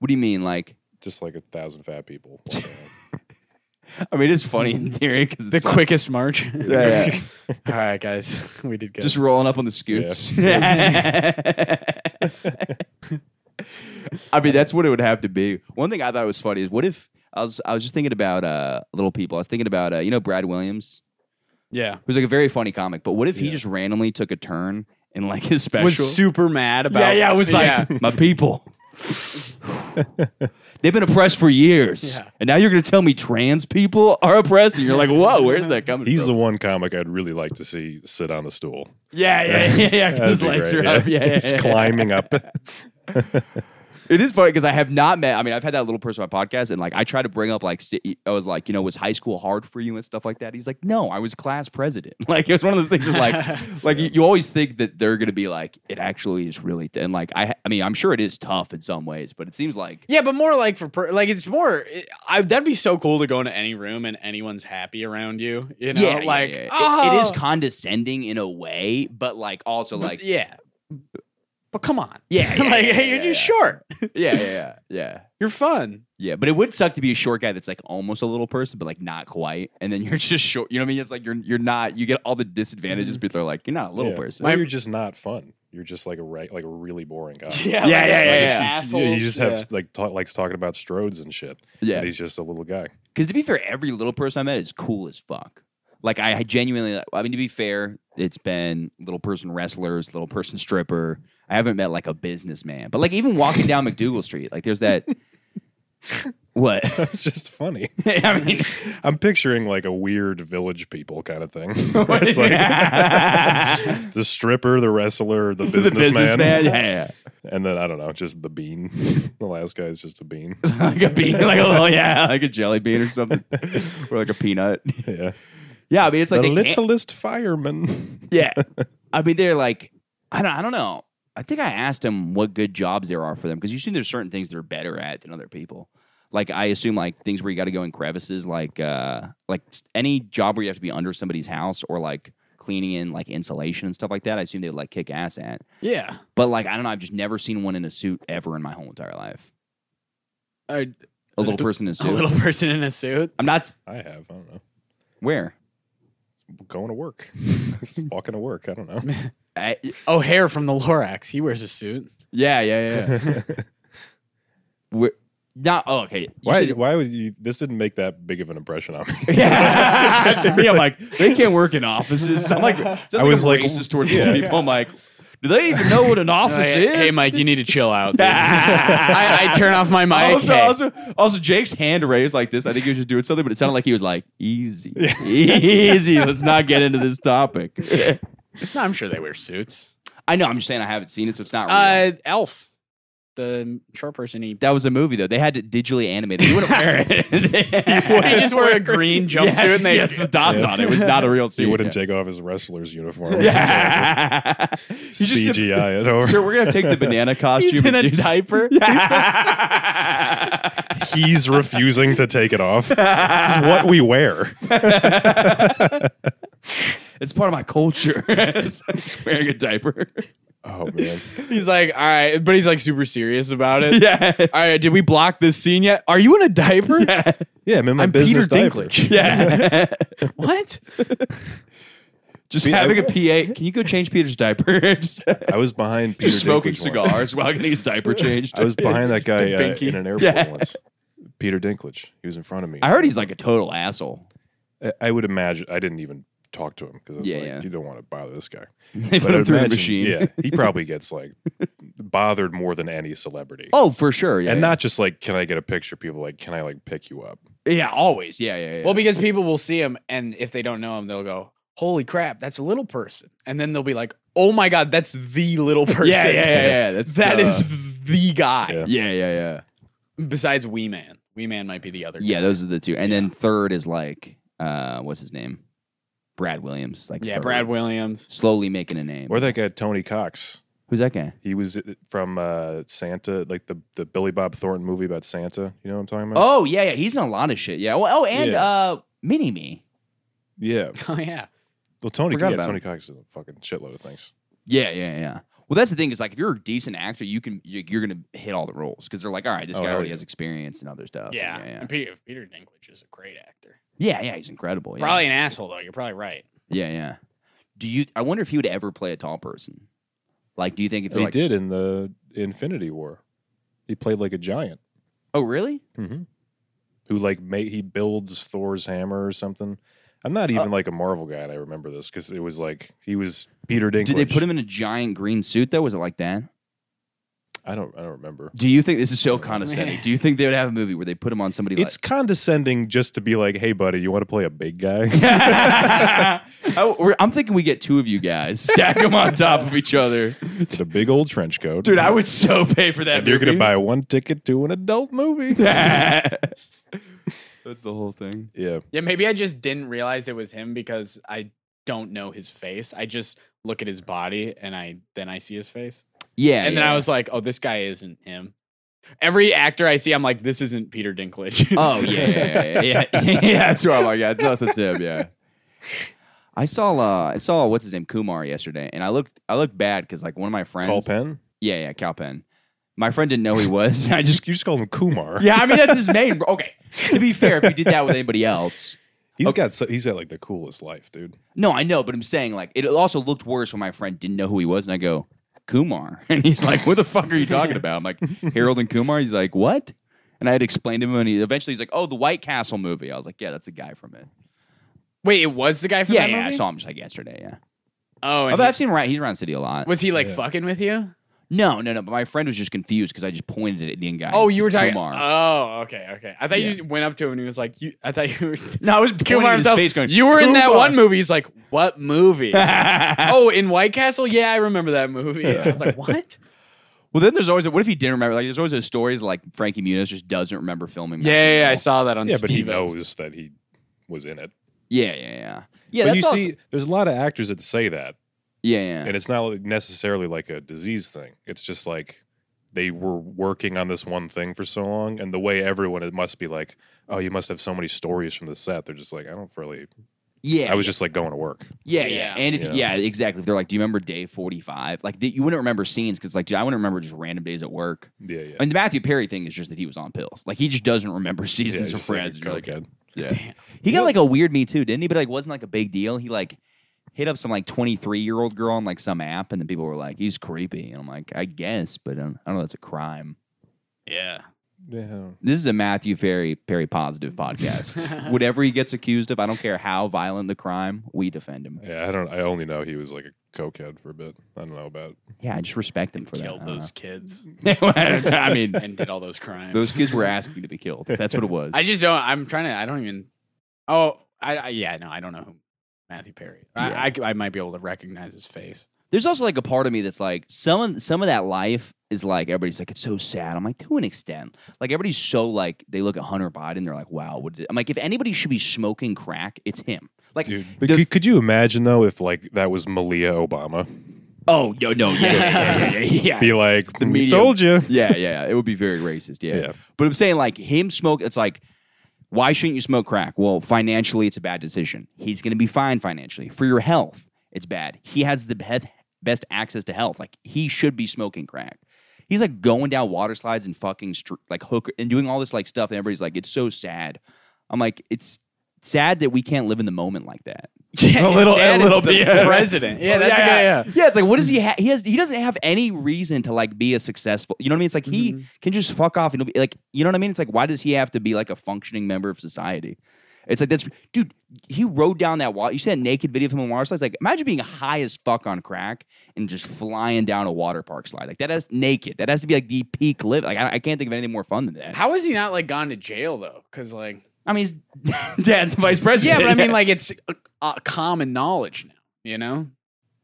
S5: What do you mean? Like,
S2: Just like a thousand fat people. walking around.
S5: I mean, it's funny in theory because
S3: The quickest march.
S5: Yeah, yeah.
S3: All right, guys, we did good.
S5: just rolling up on the scoots. I mean, that's what it would have to be. One thing I thought was funny is what if I was I was just thinking about uh, little people. I was thinking about uh, you know Brad Williams,
S3: yeah,
S5: who's like a very funny comic. But what if he just randomly took a turn in like his special?
S3: was super mad about.
S5: yeah, yeah. I was like,
S3: Yeah.
S5: my people. They've been oppressed for years,
S3: Yeah.
S5: and now you're going to tell me trans people are oppressed, and you're like, "Whoa, where's that coming
S2: He's the
S5: from?"
S2: one comic I'd really like to see sit on the stool.
S5: yeah, yeah, yeah, yeah. 'cause
S2: That'd
S5: His
S2: be
S5: legs
S2: great,
S5: are up. Yeah, yeah,
S2: He's
S5: yeah.
S2: climbing up.
S5: It is funny because I have not met. I mean, I've had that little person on my podcast, and like I try to bring up like si- I was like, you know, was high school hard for you and stuff like that. He's like, no, I was class president. Like it was one of those things. Of like, like you, you always think that they're gonna be like, it actually is really. T-. And like I, I mean, I'm sure it is tough in some ways, but it seems like
S3: Yeah, but more like for per- like it's more. I that'd be so cool to go into any room and anyone's happy around you. You know, like
S5: yeah. It- it is
S3: "Oh."
S5: condescending in a way, but like also
S3: But
S5: like
S3: yeah. But come on,
S5: Yeah, yeah,
S3: like
S5: yeah,
S3: hey,
S5: yeah,
S3: you're just
S5: yeah.
S3: short.
S5: yeah, yeah, yeah, yeah.
S3: You're fun.
S5: Yeah, but it would suck to be a short guy that's like almost a little person, but like not quite. And then you're just short. You know what I mean? It's like you're you're not. You get all the disadvantages,
S3: Mm-hmm.
S5: but they're like you're not a little
S2: Yeah.
S5: person.
S2: Or you're just not fun. You're just like a re- like a really boring guy.
S5: Yeah, yeah,
S3: Yeah,
S2: Like,
S5: yeah,
S2: just-
S5: yeah.
S2: you- You just have like talk, likes talking about Strodes and shit.
S5: yeah,
S2: And he's just a little guy.
S5: because to be fair, every little person I met is cool as fuck. Like I I genuinely. I mean, to be fair, it's been little person wrestlers, little person stripper. I haven't met like a businessman, but like even walking down McDougal Street, like there's that. what?
S2: That's just funny.
S5: I mean,
S2: I'm picturing like a weird village people kind of thing.
S5: What
S2: it's
S5: is-
S2: like the stripper, the wrestler, the businessman,
S5: businessman, yeah, yeah.
S2: and then I don't know, just the bean. the last guy is just a bean.
S5: like a bean, like a little, yeah, like a jelly bean or something, or like a peanut.
S2: Yeah,
S5: Yeah, I mean, it's like
S2: the
S5: they can't-
S2: littlest fireman.
S5: yeah, I mean, they're like, I don't, I don't know. I think I asked them what good jobs there are for them because usually there's certain things they're better at than other people. Like I assume like things where you got to go in crevices, like uh, like s- any job where you have to be under somebody's house or like cleaning in like insulation and stuff like that. I assume they would like kick ass at.
S3: Yeah.
S5: But like I don't know, I've just never seen one in a suit ever in my whole entire life.
S3: A,
S5: A little person in a suit.
S3: a little person in a suit.
S5: I'm not s-
S2: I have. I don't know.
S5: where.
S2: Going to work. just walking to work. I don't know.
S5: I,
S3: O'Hare Oh, from the Lorax. He wears a suit.
S5: Yeah, yeah, yeah. We're not oh, okay. You
S2: Why?
S5: should-
S2: Why would you? This didn't make that big of an impression on me.
S5: Yeah. to me, I'm like, they can't work in offices. I'm like, I was
S2: was
S5: like,
S2: like,
S5: I'm racist towards little people. I'm like, do they even know what an office
S3: Oh, hey,
S5: is?
S3: hey, Mike, you need to chill out. dude. I, I turn off my mic.
S5: Also,
S3: Hey.
S5: also, also, Jake's hand raised like this. I think he was just doing something, but it sounded like he was like, easy, easy. Let's not get into this topic.
S3: No, I'm sure they wear suits.
S5: I know. I'm just saying I haven't seen it, so it's not. Real.
S3: Uh, Elf, the short person. He
S5: that was a movie though. They had to digitally animate it. You wouldn't wear it.
S3: He just wore a green jumpsuit and
S5: Yes,
S3: they-
S5: yes, the dots
S2: Yeah.
S5: on it. It was not a real suit.
S2: He wouldn't
S5: yeah.
S2: take off his wrestler's uniform.
S5: Yeah. He's just gonna-
S2: CGI it over.
S5: Sir, we're gonna take the banana costume.
S3: He's in
S5: and
S3: a
S5: do-
S3: diaper.
S2: He's refusing to take it off. This is what we wear.
S5: It's part of my culture. It's like wearing a diaper.
S2: Oh man.
S3: He's like, all right, but he's like super serious about it.
S5: Yeah.
S3: All right, did we block this scene yet? Are you in a diaper?
S5: Yeah.
S2: Yeah, I'm in my
S3: I'm Peter
S2: business diaper.
S3: Dinklage.
S5: Yeah.
S3: What?
S5: Just having a PA. Can you go change Peter's diaper? just
S2: I was behind Peter
S5: just smoking
S2: Dinklage once.
S5: cigars while getting his diaper changed.
S2: I was behind that guy uh,
S3: Binky.
S2: in an airport
S5: Yeah.
S2: once. Peter Dinklage. He was in front of me.
S5: I heard he's like a total asshole.
S2: I- I would imagine. I didn't even talk to him because I was
S5: Yeah,
S2: like,
S5: yeah.
S2: you don't want to bother this guy.
S5: They
S2: But
S5: put him
S2: I would
S5: through the
S2: imagine,
S5: machine.
S2: Yeah, he probably gets like bothered more than any celebrity.
S5: Oh, for sure. Yeah.
S2: and
S5: yeah.
S2: not just like, can I get a picture? People like, can I like pick you up?
S5: Yeah. Always. Yeah. Yeah. yeah.
S3: Well, because people will see him, and if they don't know him, they'll go, "Holy crap, that's a little person!" And then they'll be like, "Oh my god, that's the little person."
S5: Uh, yeah. Yeah. Yeah. yeah. That's
S3: That
S5: the-
S3: is the guy.
S2: Yeah.
S5: Yeah. Yeah. Yeah.
S3: Besides Wee Man, Wee Man might be the other.
S5: Yeah,
S3: guy.
S5: those are the two. And then third is like, uh, what's his name? Brad Williams. Like
S3: yeah,
S5: third.
S3: Brad Williams.
S5: Slowly making a name.
S2: Or that guy Tony Cox.
S5: Who's that guy?
S2: He was from uh, Santa, like the the Billy Bob Thornton movie about Santa. You know what I'm talking about?
S5: Oh yeah, yeah. He's in a lot of shit. Yeah. Well, oh, and
S2: Yeah.
S5: uh, Mini Me.
S2: yeah.
S3: Oh yeah,
S2: Well, Tony,
S5: Forgot
S2: yeah,
S5: about
S2: Tony
S5: him.
S2: Cox is a fucking shitload of things.
S5: Yeah, yeah, yeah. Well, that's the thing is like if you're a decent actor, you can you- you're gonna hit all the roles because they're like, all right, this
S2: Oh,
S5: guy
S2: hell
S5: already
S2: yeah.
S5: has experience and other stuff.
S3: yeah.
S5: yeah, yeah.
S3: And Peter, Peter Dinklage is a great actor.
S5: yeah, yeah, He's incredible. Yeah.
S3: Probably an asshole though. You're probably right.
S5: Yeah, yeah. Do you? I wonder if he would ever play a tall person. Like, do you think if
S2: Oh, He
S5: they're like,
S2: did in the Infinity War. He played like a giant
S5: oh really?
S2: mm-hmm. who like made he builds Thor's hammer or something. I'm
S5: Uh
S2: not even like a Marvel guy. And I remember this because it was like he was Peter Dinklage.
S5: Did they put him in a giant green suit though? Was it like that?
S2: I don't. I don't remember.
S5: Do you think this is so condescending? Do you think they would have a movie where they put him on somebody?
S2: It's condescending just to be like, "Hey, buddy, you want to play a big guy?"
S5: like, I, we're, I'm thinking we get two of you guys, stack them on top of each other.
S2: It's a big old trench coat,
S5: Dude, I would so pay for that.
S2: And you're gonna
S5: movie.
S2: buy one ticket to an adult movie.
S5: That's the whole thing.
S2: yeah,
S3: Yeah, maybe I just didn't realize it was him because I don't know his face. I just look at his body and I then I see his face.
S5: Yeah,
S3: and then I was like, oh, this guy isn't him. Every actor I see, I'm like, this isn't Peter Dinklage.
S5: Oh yeah, yeah, yeah, yeah, yeah. Yeah, That's where I'm like, yeah, that's that's him. Yeah. I saw, uh, I saw what's his name, Kumar, yesterday, and I looked, I looked bad because like one of my friends,
S2: Call Penn.
S5: yeah, yeah, Cal Penn. My friend didn't know he was. I just,
S2: You just called him Kumar.
S5: yeah, I mean that's his name. bro. Okay. To be fair, if you did that with anybody else,
S2: He's got so, he's got like the coolest life, dude.
S5: no, I know, but I'm saying like it also looked worse when my friend didn't know who he was, and I go, Kumar, and he's like, "What the fuck are you talking about?" I'm like, "Harold and Kumar." He's like, "What?" And I had explained to him, and he eventually he's like, "Oh, the White Castle movie." I was like, "Yeah, that's a guy from it."
S3: Wait, it was the guy from
S5: Yeah,
S3: that
S5: yeah, I
S3: movie?
S5: saw him just like yesterday. Yeah,
S3: Oh, and
S5: I've,
S3: he-
S5: I've seen him around. He's around city a lot.
S3: was he like
S2: Yeah.
S3: fucking with you?
S5: No, no, no. But my friend was just confused because I just pointed at Indian guy.
S3: Oh, you were talking.
S5: Kumar.
S3: Oh, okay, okay. I thought
S5: Yeah.
S3: you just went up to him and he was like, "You." I thought you were.
S5: no, I was pointing
S3: Kumar
S5: at his
S3: himself.
S5: face going.
S3: you were in that
S5: "Kumar."
S3: one movie. He's like, "What movie?"
S5: well,
S3: oh, in White Castle. Yeah, I remember that movie. I was like, "What?"
S5: then there's always a, what if he didn't remember? Like there's always those stories like Frankie Muniz just doesn't remember filming. that
S3: Yeah, yeah, yeah, I
S5: role.
S3: saw that on.
S2: yeah, but he
S3: Steve-O's.
S2: knows that he was in it.
S5: yeah, yeah, yeah. Yeah,
S2: but
S5: that's
S2: you
S5: also-
S2: see, there's a lot of actors that say that,
S5: yeah, yeah.
S2: and it's not like, necessarily like a disease thing. It's just like they were working on this one thing for so long, and the way everyone it must be like, oh, you must have so many stories from the set. They're just like, I don't really.
S5: yeah,
S2: I was just like going to work.
S5: yeah, yeah,
S3: Yeah.
S5: And if yeah.
S2: Yeah.
S5: exactly. If they're like, do you remember day 45? Like th- you wouldn't remember scenes because like, dude, I wouldn't remember just random days at work.
S2: Yeah, yeah.
S5: I mean, the Matthew Perry thing is just that he was on pills. Like he just doesn't remember
S2: yeah,
S5: seasons or
S2: just like a
S5: friends. You're like,
S2: cokehead.
S5: yeah. He got like a weird me too, didn't he? But like wasn't like a big deal. He like hit up some like 23 year old girl on like some app, and then people were like, he's creepy. And I'm like, I guess, but um, I don't know. That's a crime.
S3: Yeah.
S2: yeah.
S5: This is a Matthew Perry Perry positive podcast. Whatever he gets accused of, I don't care how violent the crime, we defend him.
S2: Yeah, I don't. I only know he was like a cokehead for a bit. I don't know about.
S5: Yeah, I just respect him for
S3: Killed
S5: that.
S3: those kids
S5: I don't know. I mean,
S3: and did all those crimes.
S5: those kids were asking to be killed. That's what it was.
S3: I just don't. I'm trying to. I don't even. Oh, I, I yeah. No, I don't know who Matthew Perry. is. I,
S5: Yeah.
S3: I c- I might be able to recognize his face.
S5: there's also like a part of me that's like some some of that life is like everybody's like it's so sad. I'm like to an extent, like everybody's so like they look at Hunter Biden, they're like, wow, what did-" I'm like if anybody should be smoking crack, it's him. Like,
S2: Dude, but
S5: the-
S2: could, could you imagine though if like that was Malia Obama?
S5: oh no, no, yeah, yeah, yeah, yeah, yeah, yeah.
S2: Be like,
S5: The
S2: we
S5: media-
S2: told you.
S5: yeah, yeah, it would be very racist. Yeah.
S2: Yeah.
S5: but I'm saying like him smoke. It's like why shouldn't you smoke crack? Well, financially, it's a bad decision. He's going to be fine financially for your health. It's bad. He has the best best access to health. Like he should be smoking crack. He's like going down water slides and fucking str- like hook and doing all this like stuff. And everybody's like, it's so sad. I'm like, it's sad that we can't live in the moment like that.
S3: Yeah,
S5: his little- a dad is little the bit. Oh,
S3: president. Yeah, that's yeah, yeah.
S5: Yeah, it's like what does he have? He has he doesn't have any reason to like be a successful. You know what I mean? It's like
S3: Mm-hmm.
S5: he can just fuck off and he'll be like, you know what I mean? It's like why does he have to be like a functioning member of society? It's like that's dude. He rode down that wall. You see that naked video of him on water slides. Like imagine being high as fuck on crack and just flying down a water park slide. Like that has naked. That has to be like the peak live. Like I, I can't think of anything more fun than that.
S3: How is he not like gone to jail though? Because like,
S5: I mean, his dad's the vice
S3: yeah,
S5: president.
S3: but I mean, like, it's uh, uh, common knowledge now. You know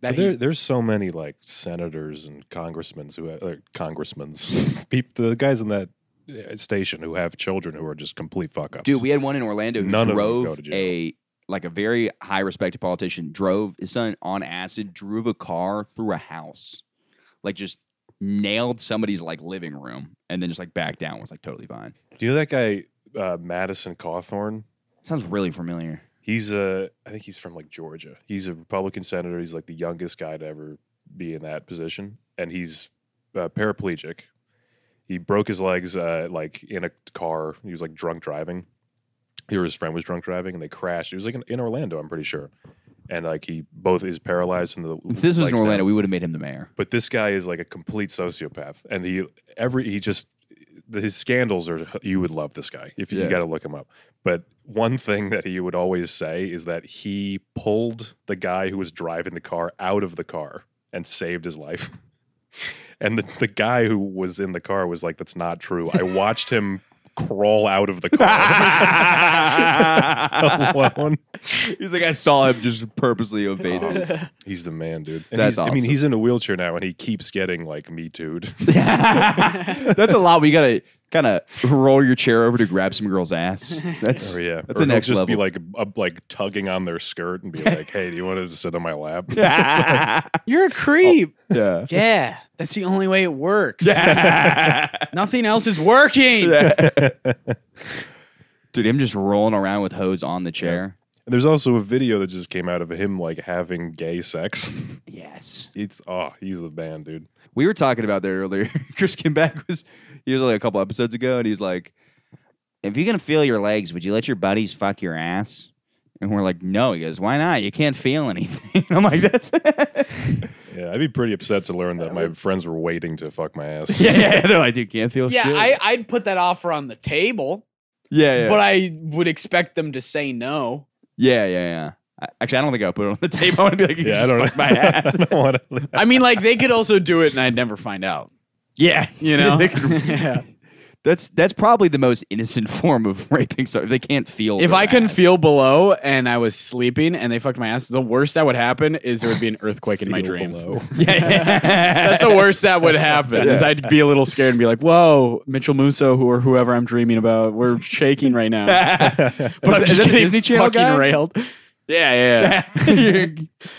S3: that
S2: But
S3: he-
S2: there, there's so many like senators and congressmen who have, uh, congressmen, the guys in that uh, station who have children who are just complete fuck ups.
S5: Dude, we had one in Orlando who
S2: None of them go
S5: drove
S2: to jail.
S5: a like a very high respected politician drove his son on acid, drove a car through a house, like just nailed somebody's like living room, and then just like backed down was like totally fine.
S2: do you know that guy uh, Madison Cawthorn?
S5: Sounds really familiar.
S2: He's uh, I think he's from like Georgia. He's a Republican senator. He's like the youngest guy to ever be in that position, and he's uh, paraplegic. He broke his legs uh, like in a car. He was like drunk driving. He or his friend was drunk driving, and they crashed. It was like in, in Orlando, I'm pretty sure. And like he both is paralyzed from the.
S5: If this was in
S2: legs down.
S5: Orlando, we would have made him the mayor.
S2: but this guy is like a complete sociopath and he every he just the- his scandals are you would love this guy if you,
S5: Yeah.
S2: got to look him up but one thing that he would always say is that he pulled the guy who was driving the car out of the car and saved his life and the, the guy who was in the car was like that's not true i watched him crawl out of the car alone
S5: He's like, I saw him just purposely evade this.
S2: he's the man dude and
S5: That's
S2: he's, i mean
S5: awesome.
S2: he's in a wheelchair now and he keeps getting like me too'd
S5: That's a lot. We gotta kind of roll your chair over to grab some girl's ass. That's
S2: Or, Oh, yeah,
S5: That's
S2: or
S5: a
S2: he'll
S5: next
S2: just
S5: level.
S2: be like uh, like tugging on their skirt and be like, "Hey, do you want to sit on my lap?"
S3: You're a creep.
S5: yeah.
S3: Yeah, that's the only way it works. Nothing else is working.
S5: Dude, him just rolling around with hose on the chair.
S2: And there's also a video that just came out of him like having gay sex.
S5: Yes.
S2: It's oh, he's the man, dude.
S5: We were talking about that earlier. Chris came back was he was like a couple episodes ago and he's like, If you're gonna feel your legs, would you let your buddies fuck your ass? And we're like, No, he goes, Why not? You can't feel anything. I'm like, That's
S2: Yeah, I'd be pretty upset to learn that my friends were waiting to fuck my ass.
S5: Yeah, yeah, no, I do can't feel
S3: Yeah,
S5: shit.
S3: I, I'd put that offer on the table,
S5: yeah, yeah.
S3: but I would expect them to say no.
S5: Yeah, yeah, yeah. I- Actually, I don't think I'll put it on the table. I want to be like, you
S2: Yeah, I
S5: can
S2: don't
S5: just fuck my ass.
S2: I don't wanna-
S3: I mean, like they could also do it, and I'd never find out.
S5: yeah,
S3: You know?
S5: They could-
S3: Yeah.
S5: that's that's probably the most innocent form of raping. So they can't feel.
S3: If
S5: their
S3: I couldn't
S5: ass.
S3: feel below and I was sleeping and they fucked my ass, the worst that would happen is there would be an earthquake in my
S2: Feel
S3: dream.
S2: below.
S5: yeah, yeah.
S3: That's the worst that would happen. Is I'd be a little scared and be like, "Whoa, Mitchell Musso, who or whoever I'm dreaming about, we're shaking right now." But I'm
S5: Is
S3: just
S5: that a
S3: getting
S5: Disney Channel
S3: fucking
S5: guy?
S3: railed. Yeah, yeah.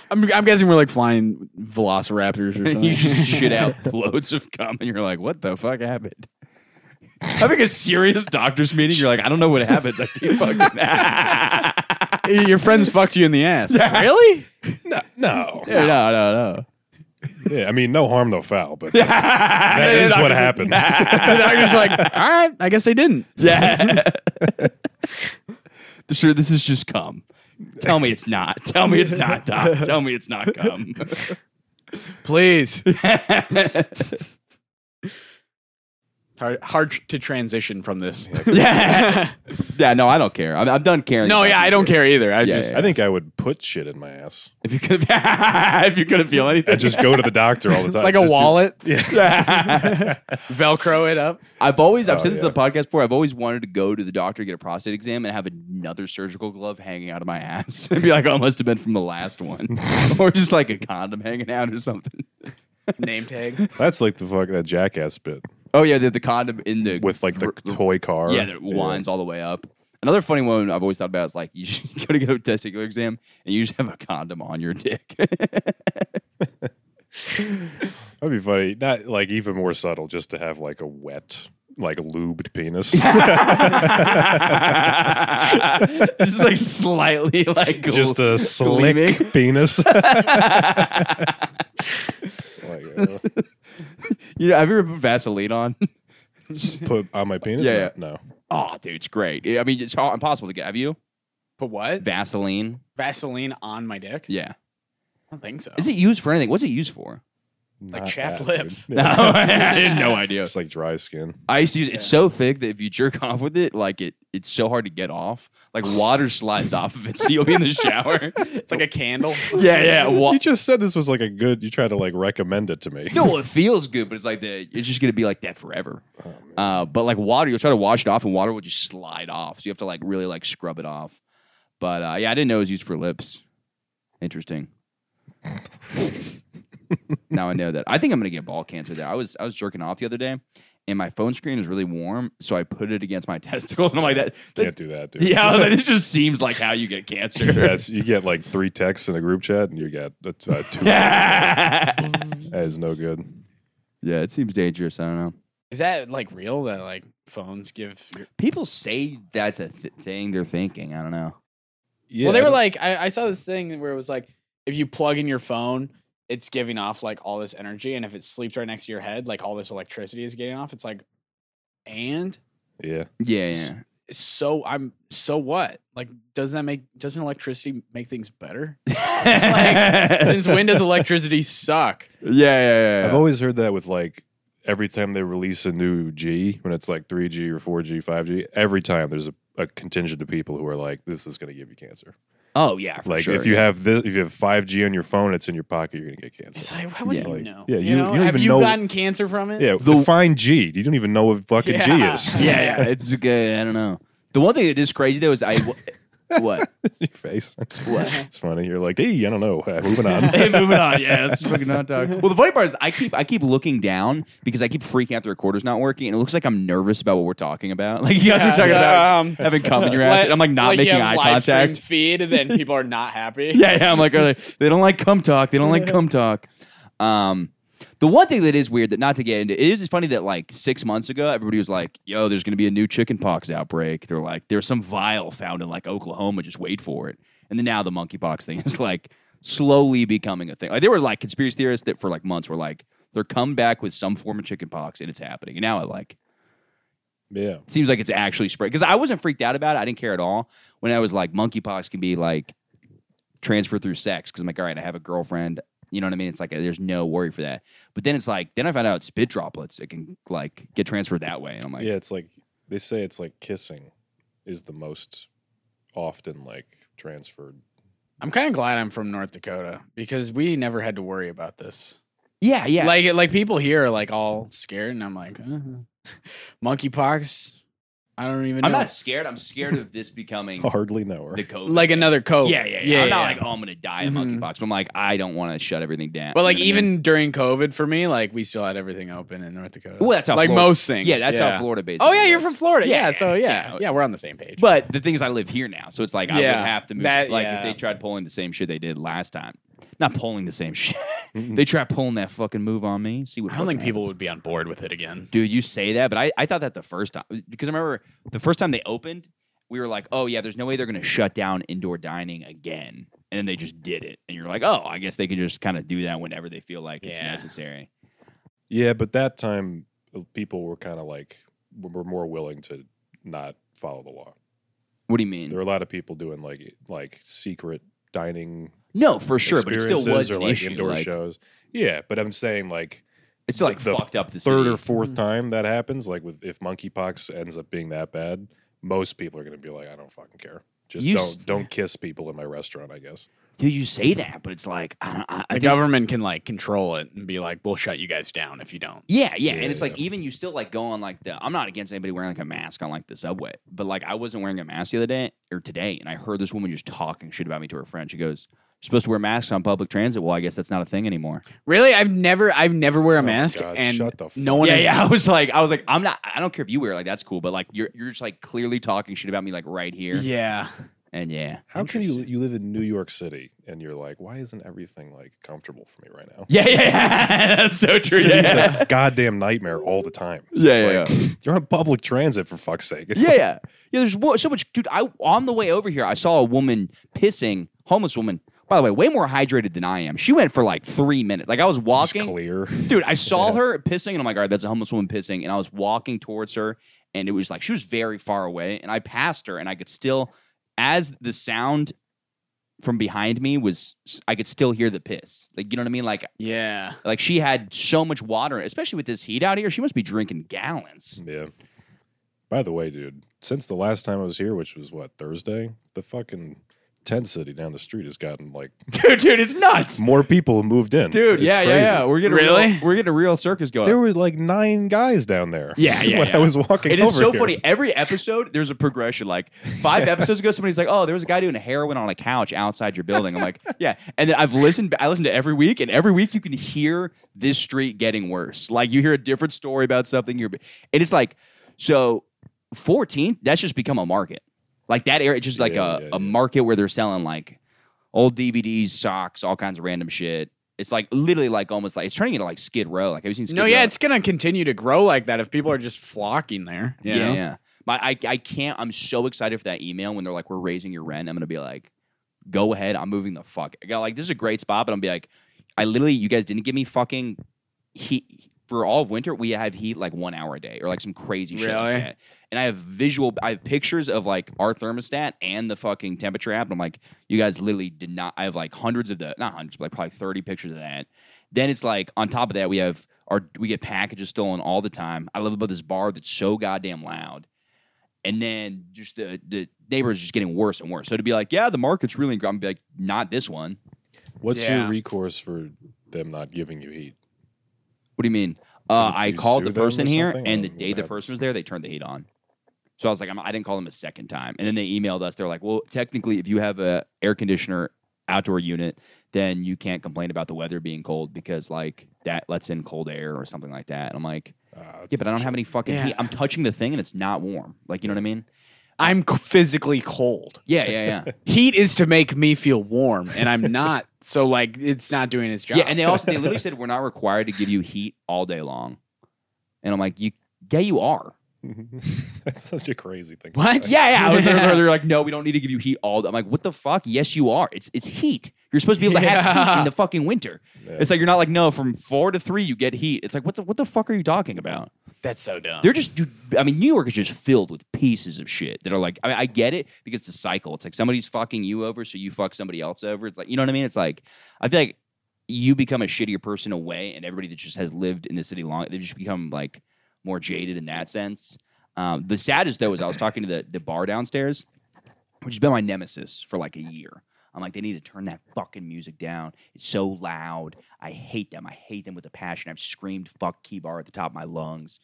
S3: I'm, I'm guessing we're like flying velociraptors or something.
S5: you just shit out loads of cum, and you're like, "What the fuck happened?" Having a serious doctor's meeting, you're like, "I don't know what happened." I keep fucking.
S3: Your friends fucked you in the ass. Really?
S2: no, no. Yeah.
S5: Yeah, no, no, no.
S2: I mean, no harm, no foul, but that is what happened.
S3: the doctor's like, all right, I guess they didn't.
S5: Yeah. sure, this is just cum. Tell me it's not. Tell me it's not, Doc. Tell me it's not cum.
S3: Please. hard, hard to transition from this.
S5: yeah. Yeah, no, I don't care. I'm, I'm done caring.
S3: no,
S5: about
S3: yeah,
S5: you.
S3: I don't care either. I
S5: Yeah,
S3: just
S2: I think I would put shit in my ass.
S5: If you could if you couldn't feel anything.
S2: I just go to the doctor all the time,
S3: like
S2: Just
S3: a
S2: do-
S3: wallet,
S5: I've
S3: Velcro it up.
S5: always I've
S2: Oh,
S5: said this
S2: yeah.
S5: in the podcast before. I've always wanted to go to the doctor get a prostate exam and have another surgical glove hanging out of my ass and be like, "Oh, it must have been from the last one," or just like a condom hanging out or something.
S3: Name tag.
S2: That's like the fuck that jackass bit
S5: Oh yeah, the, the condom in the
S2: with like the toy car.
S5: Yeah, that winds all the way up. Another funny one I've always thought about is like you should go to get a testicular exam and you just have a condom on your dick.
S2: That'd be funny. Not like even more subtle, just to have like a wet, like lubed penis.
S5: just like slightly like
S2: just a slick
S5: gleaming.
S2: penis. like, uh,
S5: yeah, have you ever put Vaseline on?
S2: put on my penis?
S5: Yeah, yeah.
S2: No.
S5: oh, dude, it's great. I mean, it's hard, impossible to get. Have you
S3: Put what?
S5: Vaseline?
S3: Vaseline on my dick?
S5: Yeah.
S3: I don't think so.
S5: Is it used for anything? What's it used for?
S2: Not
S3: chapped
S2: that,
S3: lips.
S2: dude.
S5: No,
S2: Yeah.
S5: I had no idea.
S2: Just like dry skin.
S5: I used to use. It's so thick that if you jerk off with it, like it, it's so hard to get off. Like water slides off of it, so you'll be in the shower.
S3: It's like a candle.
S5: yeah, yeah. Wa-
S2: you just said this was like a good. You tried to like recommend it to me.
S5: No, well, it feels good, but it's like the it's just gonna be like that forever.
S2: Oh,
S5: uh, but like water, you'll try to wash it off, and water will just slide off. So you have to like really like scrub it off. But uh, yeah, I didn't know it was used for lips. Interesting. now I know that. I think I'm gonna get ball cancer. There, I was I was jerking off the other day, and my phone screen is really warm, so I put it against my testicles, and I'm like that.
S2: Can't do that, dude.
S5: yeah, I was like, this just seems like how you get cancer.
S2: That's, you get like three texts in a group chat, and you got uh, t- uh, two. that
S5: yeah,
S2: is no good.
S5: it seems dangerous. I don't know.
S3: Is that like real? That like phones give. Your...
S5: People say that's a th- thing they're thinking. I don't know.
S2: Yeah,
S3: well, they were like, I, I saw this thing where it was like, if you plug in your phone, it's giving off like all this energy, and if it sleeps right next to your head, like all this electricity is getting off. It's like, and
S2: yeah,
S5: Yeah, yeah.
S3: so I'm so what? Like, does that make doesn't electricity make things better?
S5: like,
S3: Since when does electricity suck?
S5: yeah, yeah, yeah.
S2: I've always heard that with like every time they release a new G, when it's like 3G or 4G, 5G, every time there's a, a contingent of people who are like, this is going to give you cancer.
S5: oh yeah, for
S2: Like
S5: sure,
S2: if you
S5: yeah.
S2: have this, if you have 5G on your phone, it's in your pocket, you're going to get cancer.
S3: It's like, how would
S5: Yeah.
S3: you
S2: Like,
S3: know?
S2: yeah, you- you don't
S3: have
S2: even
S3: you
S2: know-
S3: gotten cancer from it?
S2: yeah,
S5: the-
S2: define G. You don't even know what fucking G
S3: Yeah.
S2: is.
S5: yeah, yeah, it's good. I don't know. The one thing that is crazy though is I what
S2: your face.
S5: what.
S2: It's funny. You're like, hey, I don't know. Uh, moving on.
S5: hey, moving on. Yeah, let's fucking not talk. Well, the funny part is I keep I keep looking down because I keep freaking out the recorder's not working, and it looks like I'm nervous about what we're talking about. Like you guys are
S3: Yeah.
S5: talking about
S4: Um,
S5: having cum in your ass, and I'm like not
S3: like you
S5: making
S3: have
S5: eye
S3: live streamed
S5: contact.
S3: Feed and then people are not happy.
S5: Yeah, yeah. I'm like, are they, they don't like cum talk. They don't like cum talk. Um, the one thing that is weird that not to get into it is just funny that like six months ago everybody was like, "Yo, there's going to be a new chickenpox outbreak." They're like, "There's some vial found in like Oklahoma. Just wait for it." And then now the monkeypox thing is like slowly becoming a thing. Like there were like conspiracy theorists that for like months were like, "They're come back with some form of chickenpox and it's happening." And now I like
S2: yeah.
S5: it seems like it's actually spread because I wasn't freaked out about it. I didn't care at all when I was like, monkeypox can be like transferred through sex because I'm like, all right, I have a girlfriend. You know what I mean? It's like there's no worry for that. But then it's like, then I found out spit droplets. It can like get transferred that way, and I'm like,
S2: yeah, it's like they say it's like kissing is the most often like transferred.
S3: I'm kind of glad I'm from North Dakota because we never had to worry about this.
S5: yeah, yeah.
S3: Like like people here are like all scared and I'm like, uh monkeypox. I don't even.
S5: I'm
S3: know.
S5: not scared. I'm scared of this becoming
S2: Hardly know her.
S5: the COVID.
S3: like another COVID.
S5: yeah, yeah, yeah. I'm not like, oh, I'm gonna die of
S3: Mhm.
S5: monkeypox. But I'm like, I don't want to shut everything down.
S3: But
S5: You know
S3: like
S5: what I mean?
S3: even during COVID for me, like we still had everything open in North Dakota.
S5: Well, that's how
S3: like
S5: Florida-
S3: most things.
S5: yeah, that's how Florida based.
S3: Oh yeah, you're from Florida.
S5: Yeah,
S3: Yeah, so yeah,
S5: yeah.
S3: yeah, we're on the same page.
S5: But the thing is, I live here now, so it's like I
S3: Yeah,
S5: would have to move.
S3: that-
S5: like if
S3: yeah.
S5: they tried pulling the same shit they did last time, not pulling the same shit.
S2: Mm-hmm.
S5: they try pulling that fucking move on me. See what
S3: I don't think
S5: fucking
S3: people
S5: happens.
S3: would be on board with it again.
S5: Dude, you say that, but I, I thought that the first time because I remember the first time they opened, we were like, oh yeah, there's no way they're gonna shut down indoor dining again, and then they just did it, and you're like, oh, I guess they can just kind of do that whenever they feel like it's
S3: Yeah.
S5: necessary.
S2: yeah, but that time uh, people were kind of like were were more willing to not follow the law.
S5: What do you
S2: There
S5: mean?
S2: were a lot of people doing like e, like secret dining
S5: No, for sure, but it still
S2: experiences
S5: was
S2: or
S5: an
S2: like
S5: issue.
S2: indoor
S5: like,
S2: shows. Yeah, but I'm saying like mm.
S5: It's still, like
S2: The
S5: fucked up the
S2: third
S5: city.
S2: or 4th time that happens, like with if monkeypox ends up being that bad, most people are going to be like, I don't fucking care. Just
S5: You
S2: don't
S5: s-
S2: don't kiss people in my restaurant. I guess.
S5: Dude, you say that, but it's like I don't. I, I
S3: The
S5: think-
S3: government can like control it and be like, "We'll shut you guys down if you don't."
S5: Yeah, yeah, and it's
S2: Yeah.
S5: like even you still like go on like the. I'm not against anybody wearing like a mask on like the subway, but like I wasn't wearing a mask the other day or today, and I heard this woman just talking shit about me to her friend. She goes, "You're supposed to wear masks on public transit." Well, I guess that's not a thing anymore.
S3: Really, I've never, I've never wear a mask,
S2: God,
S3: and
S2: shut the
S3: no
S2: fuck
S3: one.
S5: yeah,
S3: has-
S5: yeah. I was like, I was like, I'm not. I don't care if you wear it, like that's cool, but like you're you're just like clearly talking shit about me like right here,
S3: yeah.
S5: and yeah,
S2: How can you you live in New York City and you're like, why isn't everything like comfortable for me right now?
S5: yeah, yeah, yeah. that's so true.
S2: City's
S5: Yeah.
S2: a goddamn nightmare all the time. It's
S5: Yeah,
S2: just
S5: yeah,
S2: like, You're on public transit for fuck's sake. It's
S5: yeah,
S2: like,
S5: yeah, yeah. There's wo- so much, dude. I on the way over here, I saw a woman pissing, homeless woman. By the way, way more hydrated than I am. She went for like three minutes. Like I was
S2: it's
S5: walking,
S2: clear.
S5: dude. I saw her pissing, and I'm like, all right, that's a homeless woman pissing. And I was walking towards her, and it was like she was very far away, and I passed her, and I could still, as the sound from behind me was, I could still hear the piss. Like you know what I mean? Like
S3: Yeah.
S5: like she had so much water, especially with this heat out here. She must be drinking gallons.
S2: Yeah. By the way, dude, since the last time I was here, which was what Thursday, the fucking Tent City down the street has gotten like
S5: dude, dude, it's nuts,
S2: more people moved in.
S5: dude.
S2: It's
S5: yeah, yeah,
S2: crazy.
S5: yeah. We're getting
S3: Really?
S5: a real, we're getting a real circus going.
S2: There were like nine guys down there.
S5: Yeah, yeah,
S2: when
S5: yeah.
S2: I was walking,
S5: It is
S2: over
S5: so
S2: here.
S5: funny. Every episode, there's a progression. Like five episodes ago, somebody's like, "Oh, there was a guy doing heroin on a couch outside your building." I'm like, "Yeah." And then I've listened. I listen to every week, and every week you can hear this street getting worse. Like you hear a different story about something. You're, and it's like, so 14. That's just become a market. Like that area, it's just like
S2: Yeah,
S5: a,
S2: yeah, yeah.
S5: a market where they're selling like old DVDs, socks, all kinds of random shit. It's like literally like almost like it's turning into like Skid Row. Like have you seen Skid
S3: No,
S5: Row?
S3: yeah, it's gonna continue to grow like that if people are just flocking there. you
S5: Yeah,
S3: know?
S5: yeah. My, I, I can't. I'm so excited for that email when they're like, "We're raising your rent." I'm gonna be like, "Go ahead, I'm moving the fuck." I got like, this is a great spot, but I'm gonna be like, I literally, you guys didn't give me fucking heat for all of winter. We have heat like one hour a day or like some crazy shit like
S3: Really?
S5: that. And I have visual, I have pictures of like our thermostat and the fucking temperature app. And I'm like, you guys literally did not. I have like hundreds of the, not hundreds, but like probably 30 pictures of that. Then it's like on top of that, we have our we get packages stolen all the time. I love about this bar that's so goddamn loud. And then just the the neighbors just getting worse and worse. So to be like, yeah, the market's really gr-" I'm be like, not this one.
S2: What's
S3: Yeah.
S2: your recourse for them not giving you heat?
S5: What do you mean? Uh,
S2: Like,
S5: I
S2: you
S5: called
S2: sue
S5: the
S2: them or
S5: person here,
S2: something, Oh,
S5: and
S2: or
S5: the
S2: what
S5: day the
S2: happens?
S5: person was there, they turned the heat on. So I was like, I'm, I didn't call them a second time. And then they emailed us. They're like, well, technically, if you have a air conditioner outdoor unit, then you can't complain about the weather being cold because like that lets in cold air or something like that. And I'm like,
S2: Uh,
S5: yeah, but I don't have any fucking
S3: Yeah.
S5: heat. I'm touching the thing and it's not warm. Like, you know what I mean?
S3: I'm c- physically cold.
S5: Yeah, yeah, yeah.
S3: Heat is to make me feel warm, and I'm not. so like, it's not doing its job.
S5: yeah, and they also they literally said we're not required to give you heat all day long. And I'm like, you yeah, you are.
S2: That's such a crazy thing. to
S3: What?
S2: say.
S5: Yeah, yeah. I was
S3: Yeah.
S5: there, they're like, no, we don't need to give you heat all. the-" I'm like, what the fuck? Yes, you are. It's it's heat. You're supposed to be able to have heat
S3: Yeah.
S5: in the fucking winter.
S2: Yeah.
S5: It's like you're not like no, from four to three you get heat. It's like what the what the fuck are you talking about?
S3: that's so dumb.
S5: They're just, dude, I mean, New York is just filled with pieces of shit that are like, I mean, I get it because it's a cycle. It's like somebody's fucking you over, so you fuck somebody else over. It's like, you know what I mean? It's like, I feel like you become a shittier person away, and everybody that just has lived in the city long, they just become like more jaded in that sense. Um, the saddest though is I was talking to the, the bar downstairs, which has been my nemesis for like a year. I'm like, they need to turn that fucking music down. It's so loud. I hate them. I hate them with a passion. I've screamed fuck key bar at the top of my lungs.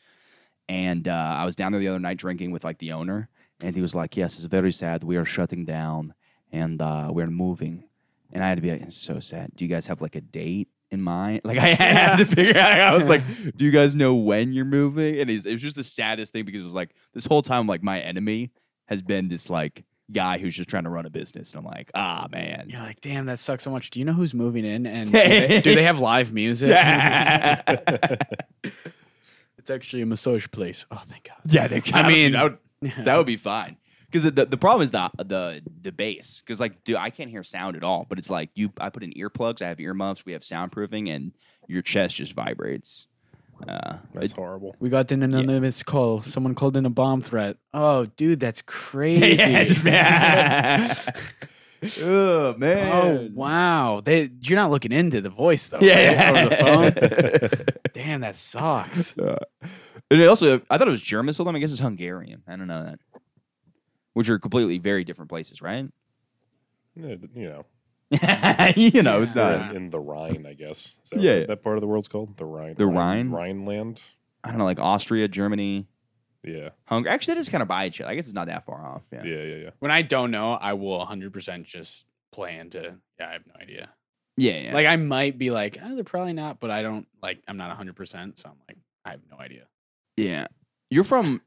S5: And uh, I was down there the other night drinking with like the owner, and he was like, "Yes, it's very sad. We are shutting down, and uh, we're moving." And I had to be like, "It's "So sad. Do you guys have like a date in mind?" Like I had to figure out. I was like, "Do you guys know when you're moving?" And he's, it was just the saddest thing because it was like this whole time, like my enemy has been this like guy who's just trying to run a business, and I'm like, "Ah, man."
S3: You're like, damn, that sucks so much. Do you know who's moving in? And do they, do they have live music? it's actually a massage place. Oh, thank God.
S5: Yeah, they,
S3: I mean-
S5: that would, that would be fine. Because the, the the problem is the the the bass. Because like, dude, I can't hear sound at all. But it's like you, I put in earplugs. I have earmuffs. We have soundproofing, and your chest just vibrates. Uh,
S2: That's horrible.
S3: We got an anonymous call. Someone called in a bomb threat. Oh, dude, that's crazy.
S5: oh
S3: oh,
S5: man.
S3: wow. They, you're not looking into the voice, though.
S5: Yeah,
S3: right?
S5: yeah.
S3: Over the phone? Damn, that sucks.
S5: and it also, I thought it was German. So I guess it's Hungarian. I don't know that. Which are completely very different places, right?
S2: Yeah, but, You know,
S5: you know, it's
S2: we're
S5: not.
S2: in, in the Rhine, I guess. Is that
S5: Yeah.
S2: what that part of the world's called? The Rhine.
S5: The Rhine?
S2: Rhineland.
S5: I don't know, like Austria, Germany,
S2: Yeah.
S5: Hungary. Actually, that is kind of by each other. I guess it's not that far off. Yeah.
S2: Yeah. Yeah. Yeah.
S3: When I don't know, I will 100% just play into, yeah, I have no idea.
S5: Yeah. yeah.
S3: Like, I might be like, oh, they're probably not, but I don't, like, I'm not 100%. So I'm like, I have no idea.
S5: yeah. You're from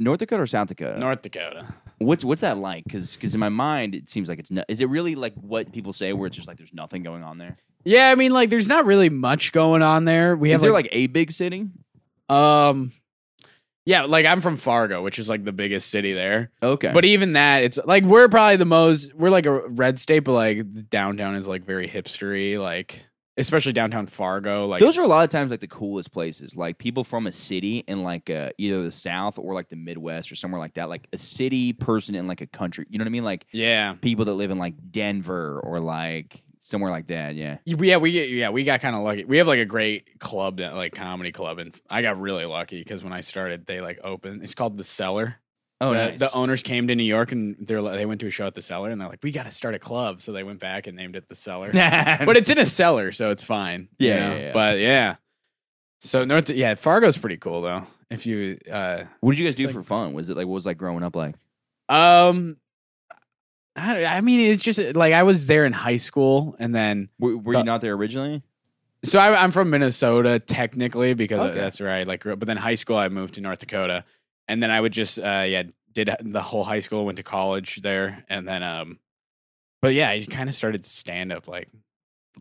S5: North Dakota or South Dakota?
S3: North Dakota.
S5: What's what's that like? Because in my mind it seems like it's no, is it really like what people say where it's just like there's nothing going on there?
S3: Yeah, I mean, like, there's not really much going on there. We
S5: Is
S3: have
S5: there like a big city?
S3: Um, yeah, like I'm from Fargo, which is like the biggest city there.
S5: Okay,
S3: But even that, it's like we're probably the most we're like a red state, but like the downtown is like very hipstery, like especially downtown Fargo. Like
S5: those are a lot of times like the coolest places. Like people from a city in like uh, either the South or like the Midwest or somewhere like that. Like a city person in like a country. You know what I mean? Like
S3: yeah,
S5: people that live in like Denver or like somewhere like that. Yeah.
S3: yeah, we yeah we got kind of lucky. We have like a great club that like comedy club, and I got really lucky because when I started, they like opened. It's called the Cellar.
S5: Oh,
S3: the,
S5: nice.
S3: the owners came to New York and they're li- they went to a show at the cellar and they're like, we got to start a club. So they went back and named it the cellar. but it's in a cellar, so it's fine. you
S5: Yeah,
S3: know?
S5: yeah, yeah.
S3: But yeah. So North, yeah, Fargo's pretty cool though. If you, uh,
S5: what did you guys do
S3: It's
S5: for
S3: like-
S5: fun? Was it like what was like growing up like?
S3: um, I, I mean, it's just like I was there in high school, and then
S5: Were, were
S3: Co-
S5: you not there originally?
S3: so I, I'm from Minnesota technically because
S5: Okay.
S3: that's where I like grew up. But then high school, I moved to North Dakota, and then I would just uh, yeah did the whole high school, went to college there, and then um, but yeah, I kind of started stand up like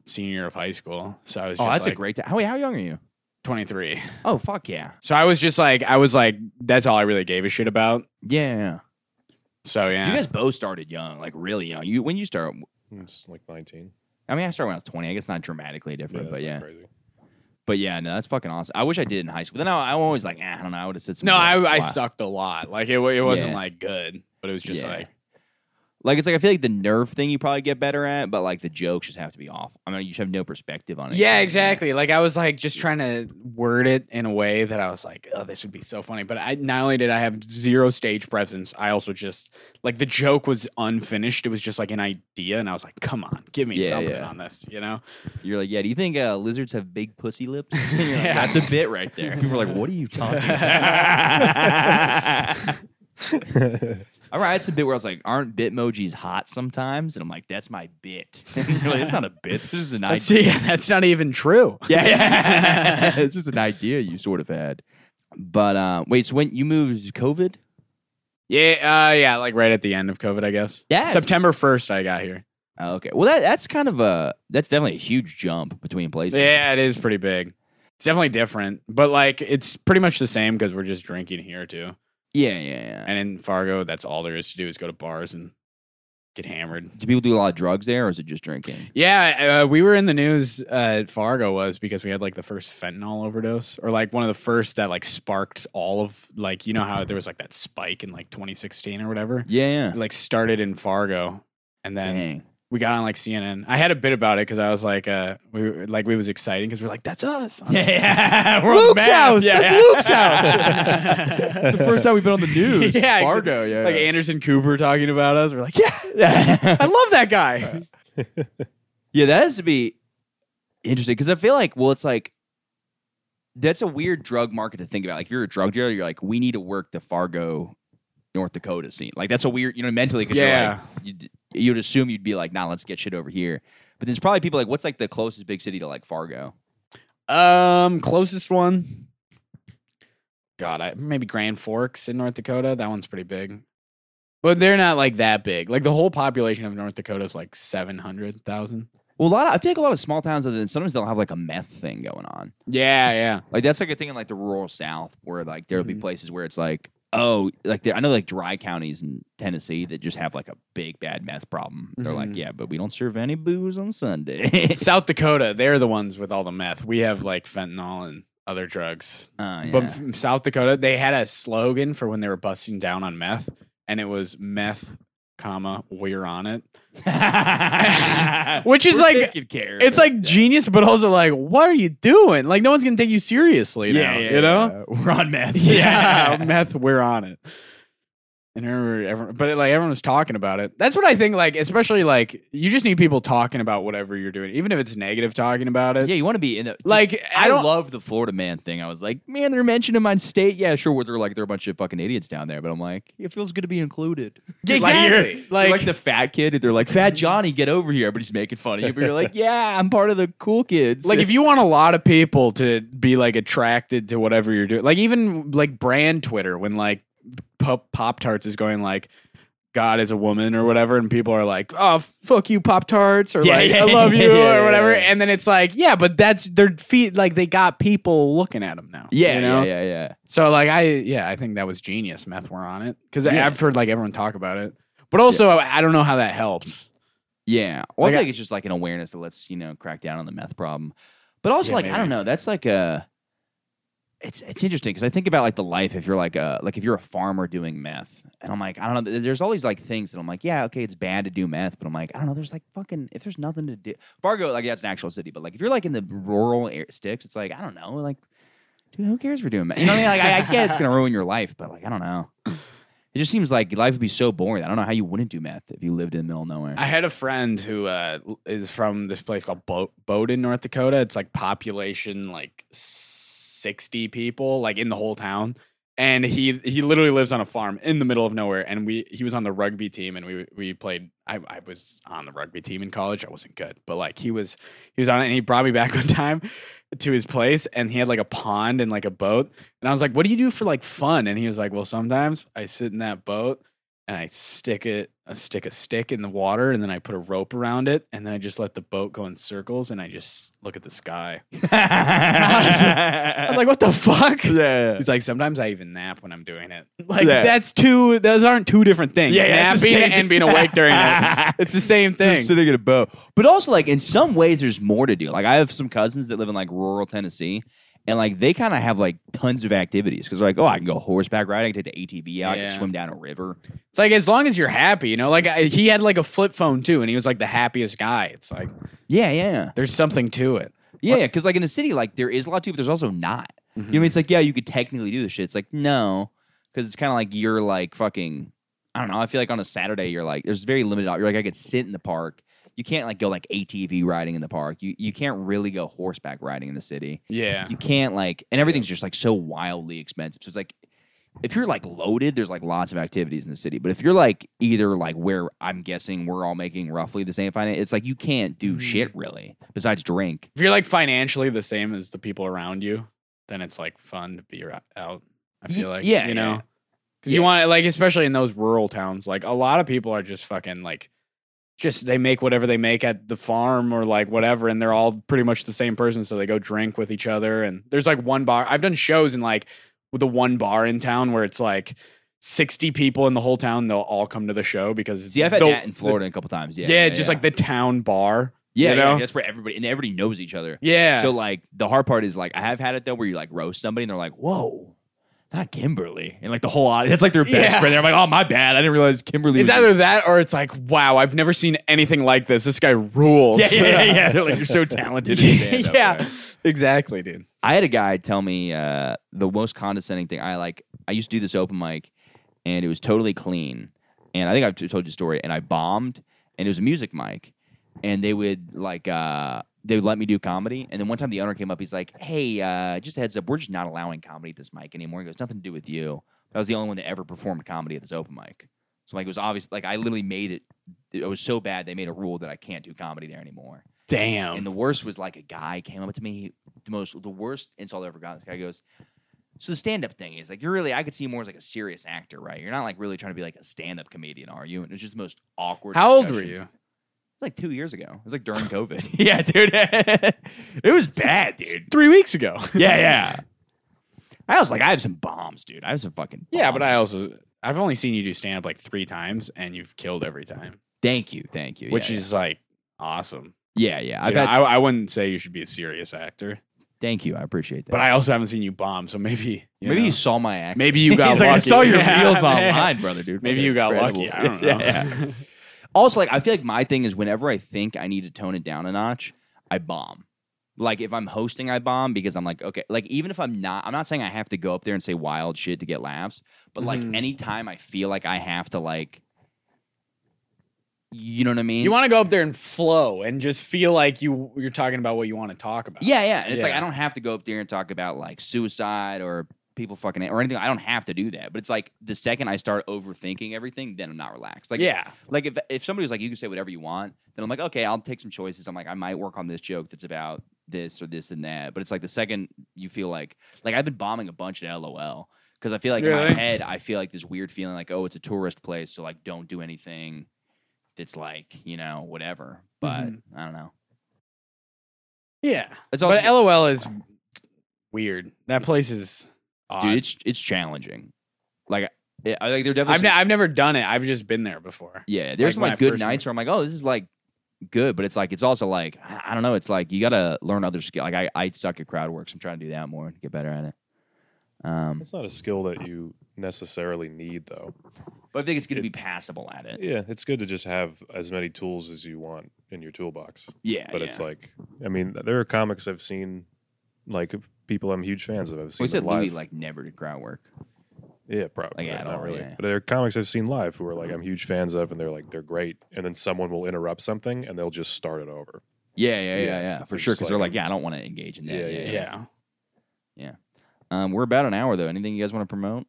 S3: senior year of high school. So I was
S5: Oh,
S3: just
S5: that's
S3: like
S5: a great. T- how how young are you?
S3: 23.
S5: Oh, fuck yeah,
S3: So I was just like, I was like, that's all I really gave a shit about.
S5: yeah. yeah.
S3: So yeah,
S5: You guys both started young, like really young. You when you start,
S2: It's like 19.
S5: I mean, I started when I was twenty. I guess not dramatically different,
S2: that's
S5: but
S2: not
S5: yeah,
S2: crazy.
S5: but yeah, no, that's fucking awesome. I wish I did in high school. Then I, I always like, eh, I don't know. I would have said some.
S3: no, I,
S5: shit. Why?
S3: I sucked a lot. Like it, wa- it wasn't
S5: Yeah.
S3: like good, but it was just
S5: Yeah.
S3: like
S5: Like it's like I feel like the nerve thing you probably get better at, but like the jokes just have to be off. I mean, you should have no perspective on it.
S3: Yeah, exactly. Like I was like just trying to word it in a way that I was like, oh, this would be so funny. But I not only did I have zero stage presence, I also just like the joke was unfinished. It was just like an idea, and I was like, come on, give me
S5: Yeah,
S3: something
S5: yeah.
S3: on this, you know?
S5: You're like, yeah. Do you think uh, lizards have big pussy lips? And you're like,
S3: Yeah.
S5: That's a bit right there. People are like, what are you talking about? All right, it's a bit where I was like, aren't bitmojis hot sometimes? And I'm like, that's my bit. You're like, it's not a bit. This is an
S3: That's,
S5: idea.
S3: yeah, that's not even true.
S5: Yeah, yeah. it's just an idea you sort of had. But uh, wait, so when you moved COVID?
S3: Yeah, uh, yeah, like right at the end of COVID, I guess.
S5: Yes.
S3: September first, I got here.
S5: Oh, okay. Well, that that's kind of a that's definitely a huge jump between places.
S3: Yeah, it is pretty big. It's definitely different, but like it's pretty much the same because we're just drinking here too.
S5: yeah, yeah. yeah.
S3: And in Fargo, that's all there is to do is go to bars and get hammered.
S5: do people do a lot of drugs there, or is it just drinking?
S3: Yeah, uh, we were in the news. Uh, Fargo was because we had like the first fentanyl overdose, or like one of the first that like sparked all of like you know how there was like that spike in like 2016 or whatever.
S5: Yeah,
S3: It,
S5: yeah.
S3: like started in Fargo, and then
S5: Dang.
S3: we got on like CNN. I had a bit about it because I was like, uh, we were, like we was exciting because we are like, that's us. on
S5: Yeah, we're
S3: Luke's house. That's Luke's house.
S5: it's the first time we've been on the news.
S3: Yeah,
S5: Fargo. Yeah,
S3: like
S5: yeah.
S3: Anderson Cooper talking about us. We're like, yeah, I love that guy.
S5: yeah, that has to be interesting because I feel like, well, it's like that's a weird drug market to think about. Like, if you're a drug dealer, you're like, we need to work the Fargo, North Dakota scene. Like, that's a weird, you know, mentally because
S3: Yeah.
S5: you're like, you'd, you'd assume you'd be like, nah, let's get shit over here. But there's probably people like, what's like the closest big city to like Fargo?
S3: Um, closest one. God, I, maybe Grand Forks in North Dakota. That one's pretty big, but they're not like that big. Like the whole population of North Dakota is like seven hundred thousand.
S5: Well, a lot of, I feel like a lot of small towns, other than sometimes they'll have like a meth thing going on.
S3: Yeah, yeah.
S5: Like that's like a thing in like the rural South where like there'll
S3: Mm-hmm.
S5: be places where it's like, oh, like there, I know like dry counties in Tennessee that just have like a big bad meth problem. They're like,
S3: Mhm.
S5: yeah, but we don't serve any booze on Sunday.
S3: South Dakota, they're the ones with all the meth. We have like fentanyl and other drugs.
S5: Uh, yeah.
S3: But from South Dakota, they had a slogan for when they were busting down on meth, and it was meth, comma, we're on it. Which is
S5: We're
S3: like-
S5: taking care of
S3: It's
S5: it.
S3: like genius, but also like, what are you doing? Like, no one's gonna take you seriously now. you know?
S5: yeah. we're on meth.
S3: Yeah, meth, we're on it. And I remember everyone, but like everyone was talking about it. That's what I think. Like, especially like you just need people talking about whatever you're doing, even if it's negative talking about it.
S5: yeah. You want to be in the
S3: Like, I,
S5: I,
S3: don't.
S5: love the Florida man thing. I was like, man, they're mentioned in my state. Yeah, sure. Well, they're like they're a bunch of fucking idiots down there, but I'm like, it feels good to be included.
S3: Exactly.
S5: Like,
S3: Like- Mm-hmm.
S5: like, the fat kid. They're like, fat Johnny, get over here. But he's making fun of you. But you're like, yeah, I'm part of the cool kids.
S3: like if you want a lot of people to be like attracted to whatever you're doing like even like brand twitter when like pop tarts is going like god is a woman or whatever and people are like oh fuck you pop tarts or
S5: Yeah,
S3: like
S5: yeah,
S3: i love you
S5: yeah, yeah,
S3: or whatever
S5: yeah.
S3: and then it's like yeah but that's their feet like they got people looking at them now
S5: yeah,
S3: you know?
S5: yeah, yeah, yeah.
S3: so like i yeah i think that was genius meth were on it because
S5: Yeah.
S3: i've heard like everyone talk about it but also I, I don't know how that helps
S5: Yeah. Well, I
S3: Like, I-
S5: feel like it's just like an awareness that lets, you know, crack down on the meth problem. But also
S3: Yeah,
S5: like, I
S3: maybe.
S5: don't know, that's like a it's it's interesting because I think about like the life if you're like a like if you're a farmer doing meth. And I'm like, I don't know, th- there's all these like things that I'm like, yeah, okay, it's bad to do meth, but I'm like, I don't know, there's like fucking if there's nothing to do. Fargo, like that's an actual city, but like if you're like in the rural air sticks, it's like, I don't know, like dude, who cares for doing meth? You know what I mean? Like I, I get it's gonna ruin your life, but like I don't know. It just seems like life would be so boring. I don't know how you wouldn't do meth if you lived in the middle of nowhere.
S3: I had a friend who uh, l- is from this place called Bo- Bowdoin, North Dakota. It's like population like sixty people, like in the whole town. And he he literally lives on a farm in the middle of nowhere. And we he was on the rugby team, and we we played. I, I was on the rugby team in college. I wasn't good, but like he was he was on it, and he brought me back one time to his place, and he had like a pond and like a boat. And I was like, "What do you do for like fun?" And he was like, "Well, sometimes I sit in that boat." and I stick it, I stick a stick in the water, and then I put a rope around it, and then I just let the boat go in circles, and I just look at the sky. I was like, "What the fuck?"
S5: yeah.
S3: He's like, "Sometimes I even nap when I'm doing it. Like
S5: Yeah.
S3: that's two. Those aren't two different things.
S5: Yeah, yeah, it's the
S3: napping
S5: same
S3: and being awake during it. It's the same thing.
S5: Just sitting in a boat. But also, like in some ways, there's more to do. Like I have some cousins that live in like rural Tennessee, and like they kind of have like tons of activities because like, oh, I can go horseback riding, I can take the ATV out, I
S3: Yeah.
S5: can swim down a river.
S3: It's like as long as you're happy, you know. Like I, he had like a flip phone too, and he was like the happiest guy. It's like
S5: Yeah, yeah,
S3: there's something to it.
S5: yeah. Because like in the city, like there is a lot to, it, but there's also not. You know,
S3: Mm-hmm.
S5: what I mean, it's like yeah, you could technically do this shit. It's like no, because it's kind of like you're like fucking. I don't know. I feel like on a Saturday, you're like there's very limited. You're like I could sit in the park. You can't like go like ATV riding in the park. You you can't really go horseback riding in the city.
S3: Yeah,
S5: you can't like and everything's just like so wildly expensive so it's like if you're like loaded there's like lots of activities in the city but if you're like either like where i'm guessing we're all making roughly the same finance it's like you can't do
S3: Mm-hmm.
S5: shit really besides drink
S3: if you're like financially the same as the people around you, then it's like fun to be ra- out. I
S5: Ye-
S3: feel like,
S5: yeah,
S3: you
S5: yeah.
S3: know, because you want like, especially in those rural towns, like a lot of people are just fucking like, just they make whatever they make at the farm or like whatever, and they're all pretty much the same person. So they go drink with each other, and there's like one bar. I've done shows in like with the one bar in town where it's like. 60 people in the whole town they'll all come to the show because
S5: see i've had
S3: the-
S5: that in florida a couple times
S3: the-
S5: yeah
S3: yeah, just like the town bar
S5: yeah,
S3: you
S5: yeah,
S3: know?
S5: that's where everybody and everybody knows each other
S3: yeah
S5: so like the hard part is like i have had it though where you like roast somebody and they're like whoa not Kimberly, and like the whole audience. That's like their best
S3: Yeah.
S5: friend. They're like, "Oh, my bad. I didn't realize Kimberly."
S3: It's
S5: was
S3: either that or it's like, wow, I've never seen anything like this. This guy rules.
S5: Yeah, yeah, yeah, yeah. They're like, "You're so talented." in stand-up."
S3: Yeah, exactly, dude.
S5: I had a guy tell me uh, the most condescending thing. I like. I used to do this open mic, and it was totally clean. And I think I've t- told you the story. And I bombed, and it was a music mic, and they would like uh, they would let me do comedy. And then one time the owner came up, he's like, "Hey, uh, just a heads up, we're just not allowing comedy at this mic anymore." He goes, "Nothing to do with you." I was the only one that ever performed comedy at this open mic. So like it was obvious. Like I literally made it. It was so bad they made a rule that I can't do comedy there anymore.
S3: Damn.
S5: And the worst was like a guy came up to me, the most, the worst insult I ever got. This guy goes, "So the stand up thing is like you're really, I could see you more as like a serious actor, right? You're not like really trying to be like a stand up comedian, are you?" And it was just the most awkward.
S3: How old were
S5: discussion.
S3: you?
S5: It was like two years ago. It was like during COVID. yeah, dude, it was bad, dude.
S3: Three weeks ago.
S5: Yeah, yeah. I was like, I have some bombs, dude. I have some fucking.
S3: yeah, but
S5: bombs.
S3: I also I've only seen you do stand up like three times, and you've killed every time,
S5: thank you, thank you.
S3: which
S5: yeah,
S3: is like awesome.
S5: yeah, yeah. I've
S3: Dude,
S5: had,
S3: I, I wouldn't say you should be a serious actor,
S5: thank you, I appreciate that.
S3: but I also haven't seen you bomb, so maybe you
S5: maybe
S3: know,
S5: you saw my act.
S3: maybe you got
S5: He's
S3: lucky.
S5: like, I saw your
S3: Yeah,
S5: reels
S3: man.
S5: online, brother, dude.
S3: Maybe
S5: Okay,
S3: you got
S5: incredible.
S3: lucky. I don't know.
S5: Yeah, yeah. Also, like, I feel like my thing is whenever I think I need to tone it down a notch, I bomb. Like, if I'm hosting, I bomb because I'm like, okay, like, even if I'm not, I'm not saying I have to go up there and say wild shit to get laughs, but like,
S3: Mhm.
S5: anytime I feel like I have to, like, you know what I mean?
S3: You want to go up there and flow and just feel like you you're talking about what you want to talk about.
S5: Yeah, yeah. And it's like
S3: Yeah.
S5: I don't have to go up there and talk about like suicide or people fucking or anything. I don't have to do that. But it's like the second I start overthinking everything, then I'm not relaxed. Like
S3: yeah.
S5: like if if somebody was like, you can say whatever you want, then I'm like, okay, I'll take some choices. I'm like, I might work on this joke that's about this or this and that. But it's like the second you feel like like I've been bombing a bunch at LOL because I feel like in
S3: Really?
S5: my head I feel like this weird feeling like oh it's a tourist place so like don't do anything that's like you know whatever. But
S3: Mhm.
S5: I don't know.
S3: Yeah.
S5: It's
S3: But LOL is weird. That place is odd.
S5: dude, it's it's challenging. Like I, I like there definitely.
S3: I've,
S5: some-
S3: ne- I've never done it. I've just been there before.
S5: yeah, there's some
S3: when
S5: like
S3: I
S5: good
S3: first
S5: nights where I'm like, oh, this is like good, but it's like it's also like I I don't know. It's like you gotta learn other skill. Like I, I suck at crowd work, so I'm trying to do that more and get better at it. Um,
S2: It's not a skill that you necessarily need, though.
S5: but I think it's gonna be passable at it.
S2: Yeah, it's good to just have as many tools as you want in your toolbox.
S5: Yeah,
S2: But it's like, I mean, there are comics I've seen, like people I'm huge fans of. I've seen
S5: we said
S2: them live.
S5: Louis like never did crowd work.
S2: Yeah, probably.
S5: Like, at
S2: not
S5: all,
S2: really.
S5: yeah. Uh-huh.
S2: But there are comics I've seen live who are like I'm huge fans of, and they're like they're great. And then someone will interrupt something, and they'll just start it over.
S5: Yeah, yeah, yeah,
S2: Yeah.
S5: yeah,
S2: So
S5: for sure.
S2: just
S5: Because they're
S2: like-
S5: like, yeah, I don't want to engage in that.
S2: Yeah,
S5: Yeah,
S2: yeah,
S5: yeah.
S3: yeah.
S5: Um, we're about an hour though. Anything you guys want to promote?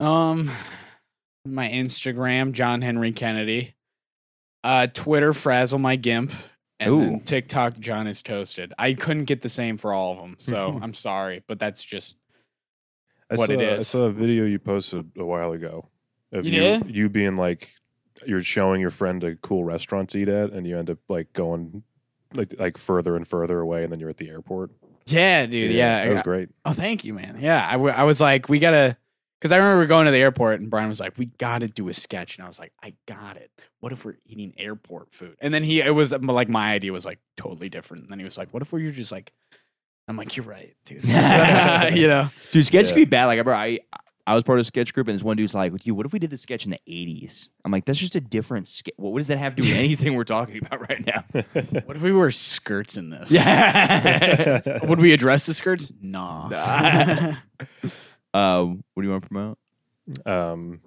S3: Um, my Instagram, John Henry Kennedy. Uh, Twitter, Frazzle My Gimp. And
S5: Ooh.
S3: then TikTok, John is toasted. I couldn't get the same for all of them, so I'm sorry, but that's just
S2: I
S3: What
S2: saw,
S3: it
S2: I
S3: is.
S2: saw a video you posted a while ago of
S3: You
S2: you,
S3: did?
S2: you being like you're showing your friend a cool restaurant to eat at, and you end up like going like like further and further away, and then you're at the airport.
S3: yeah, dude, yeah.
S2: that was great.
S3: oh, thank you, man. Yeah, I, w- I was like, we gotta, because I remember going to the airport and Brian was like, we gotta do a sketch, and I was like, I got it. What if we're eating airport food? And then he, it was um, like my idea was like totally different. And then he was like, what if we're just like, I'm like, you're right, dude. you know.
S5: Dude, sketch could be
S2: Yeah.
S5: bad. Like, bro, I I was part of a sketch group, and this one dude's like, "Dude, what if we did the sketch in the '80s?" I'm like, "That's just a different sketch. What does that have to do with anything we're talking about right now?"
S3: What if we wear skirts in this?
S5: Yeah.
S3: Would we address the skirts? Nah.
S5: Nah. um, what do you want to promote?
S2: um,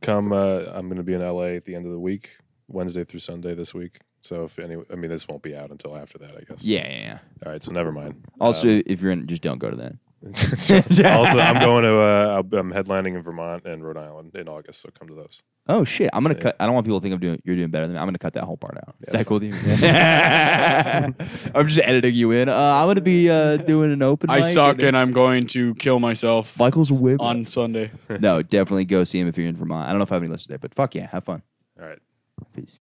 S2: come, uh, I'm going to be in LA at the end of the week, Wednesday through Sunday this week. So if any, I mean, this won't be out until after that, I guess.
S5: Yeah, yeah, yeah.
S2: All right. So never mind.
S5: Also, if you're in, just don't go to that.
S2: So- also, I'm going to. Uh, I'll- I'm headlining in Vermont and Rhode Island in August, so come to those.
S5: Oh shit! I'm gonna
S2: Yeah.
S5: cut. I don't want people to think I'm doing. You're doing better than me. I'm gonna cut that whole part out. Is
S2: that's
S5: that cool with you? I'm just editing you in. Uh, I'm gonna be uh, doing an open.
S3: I
S5: mic
S3: suck
S5: a-
S3: and I'm going to kill myself
S5: Michael's a whip.
S3: on Sunday.
S5: no, definitely go see him if you're in Vermont. I don't know if I have any listeners there, but fuck yeah, have fun.
S2: All right.
S5: Peace.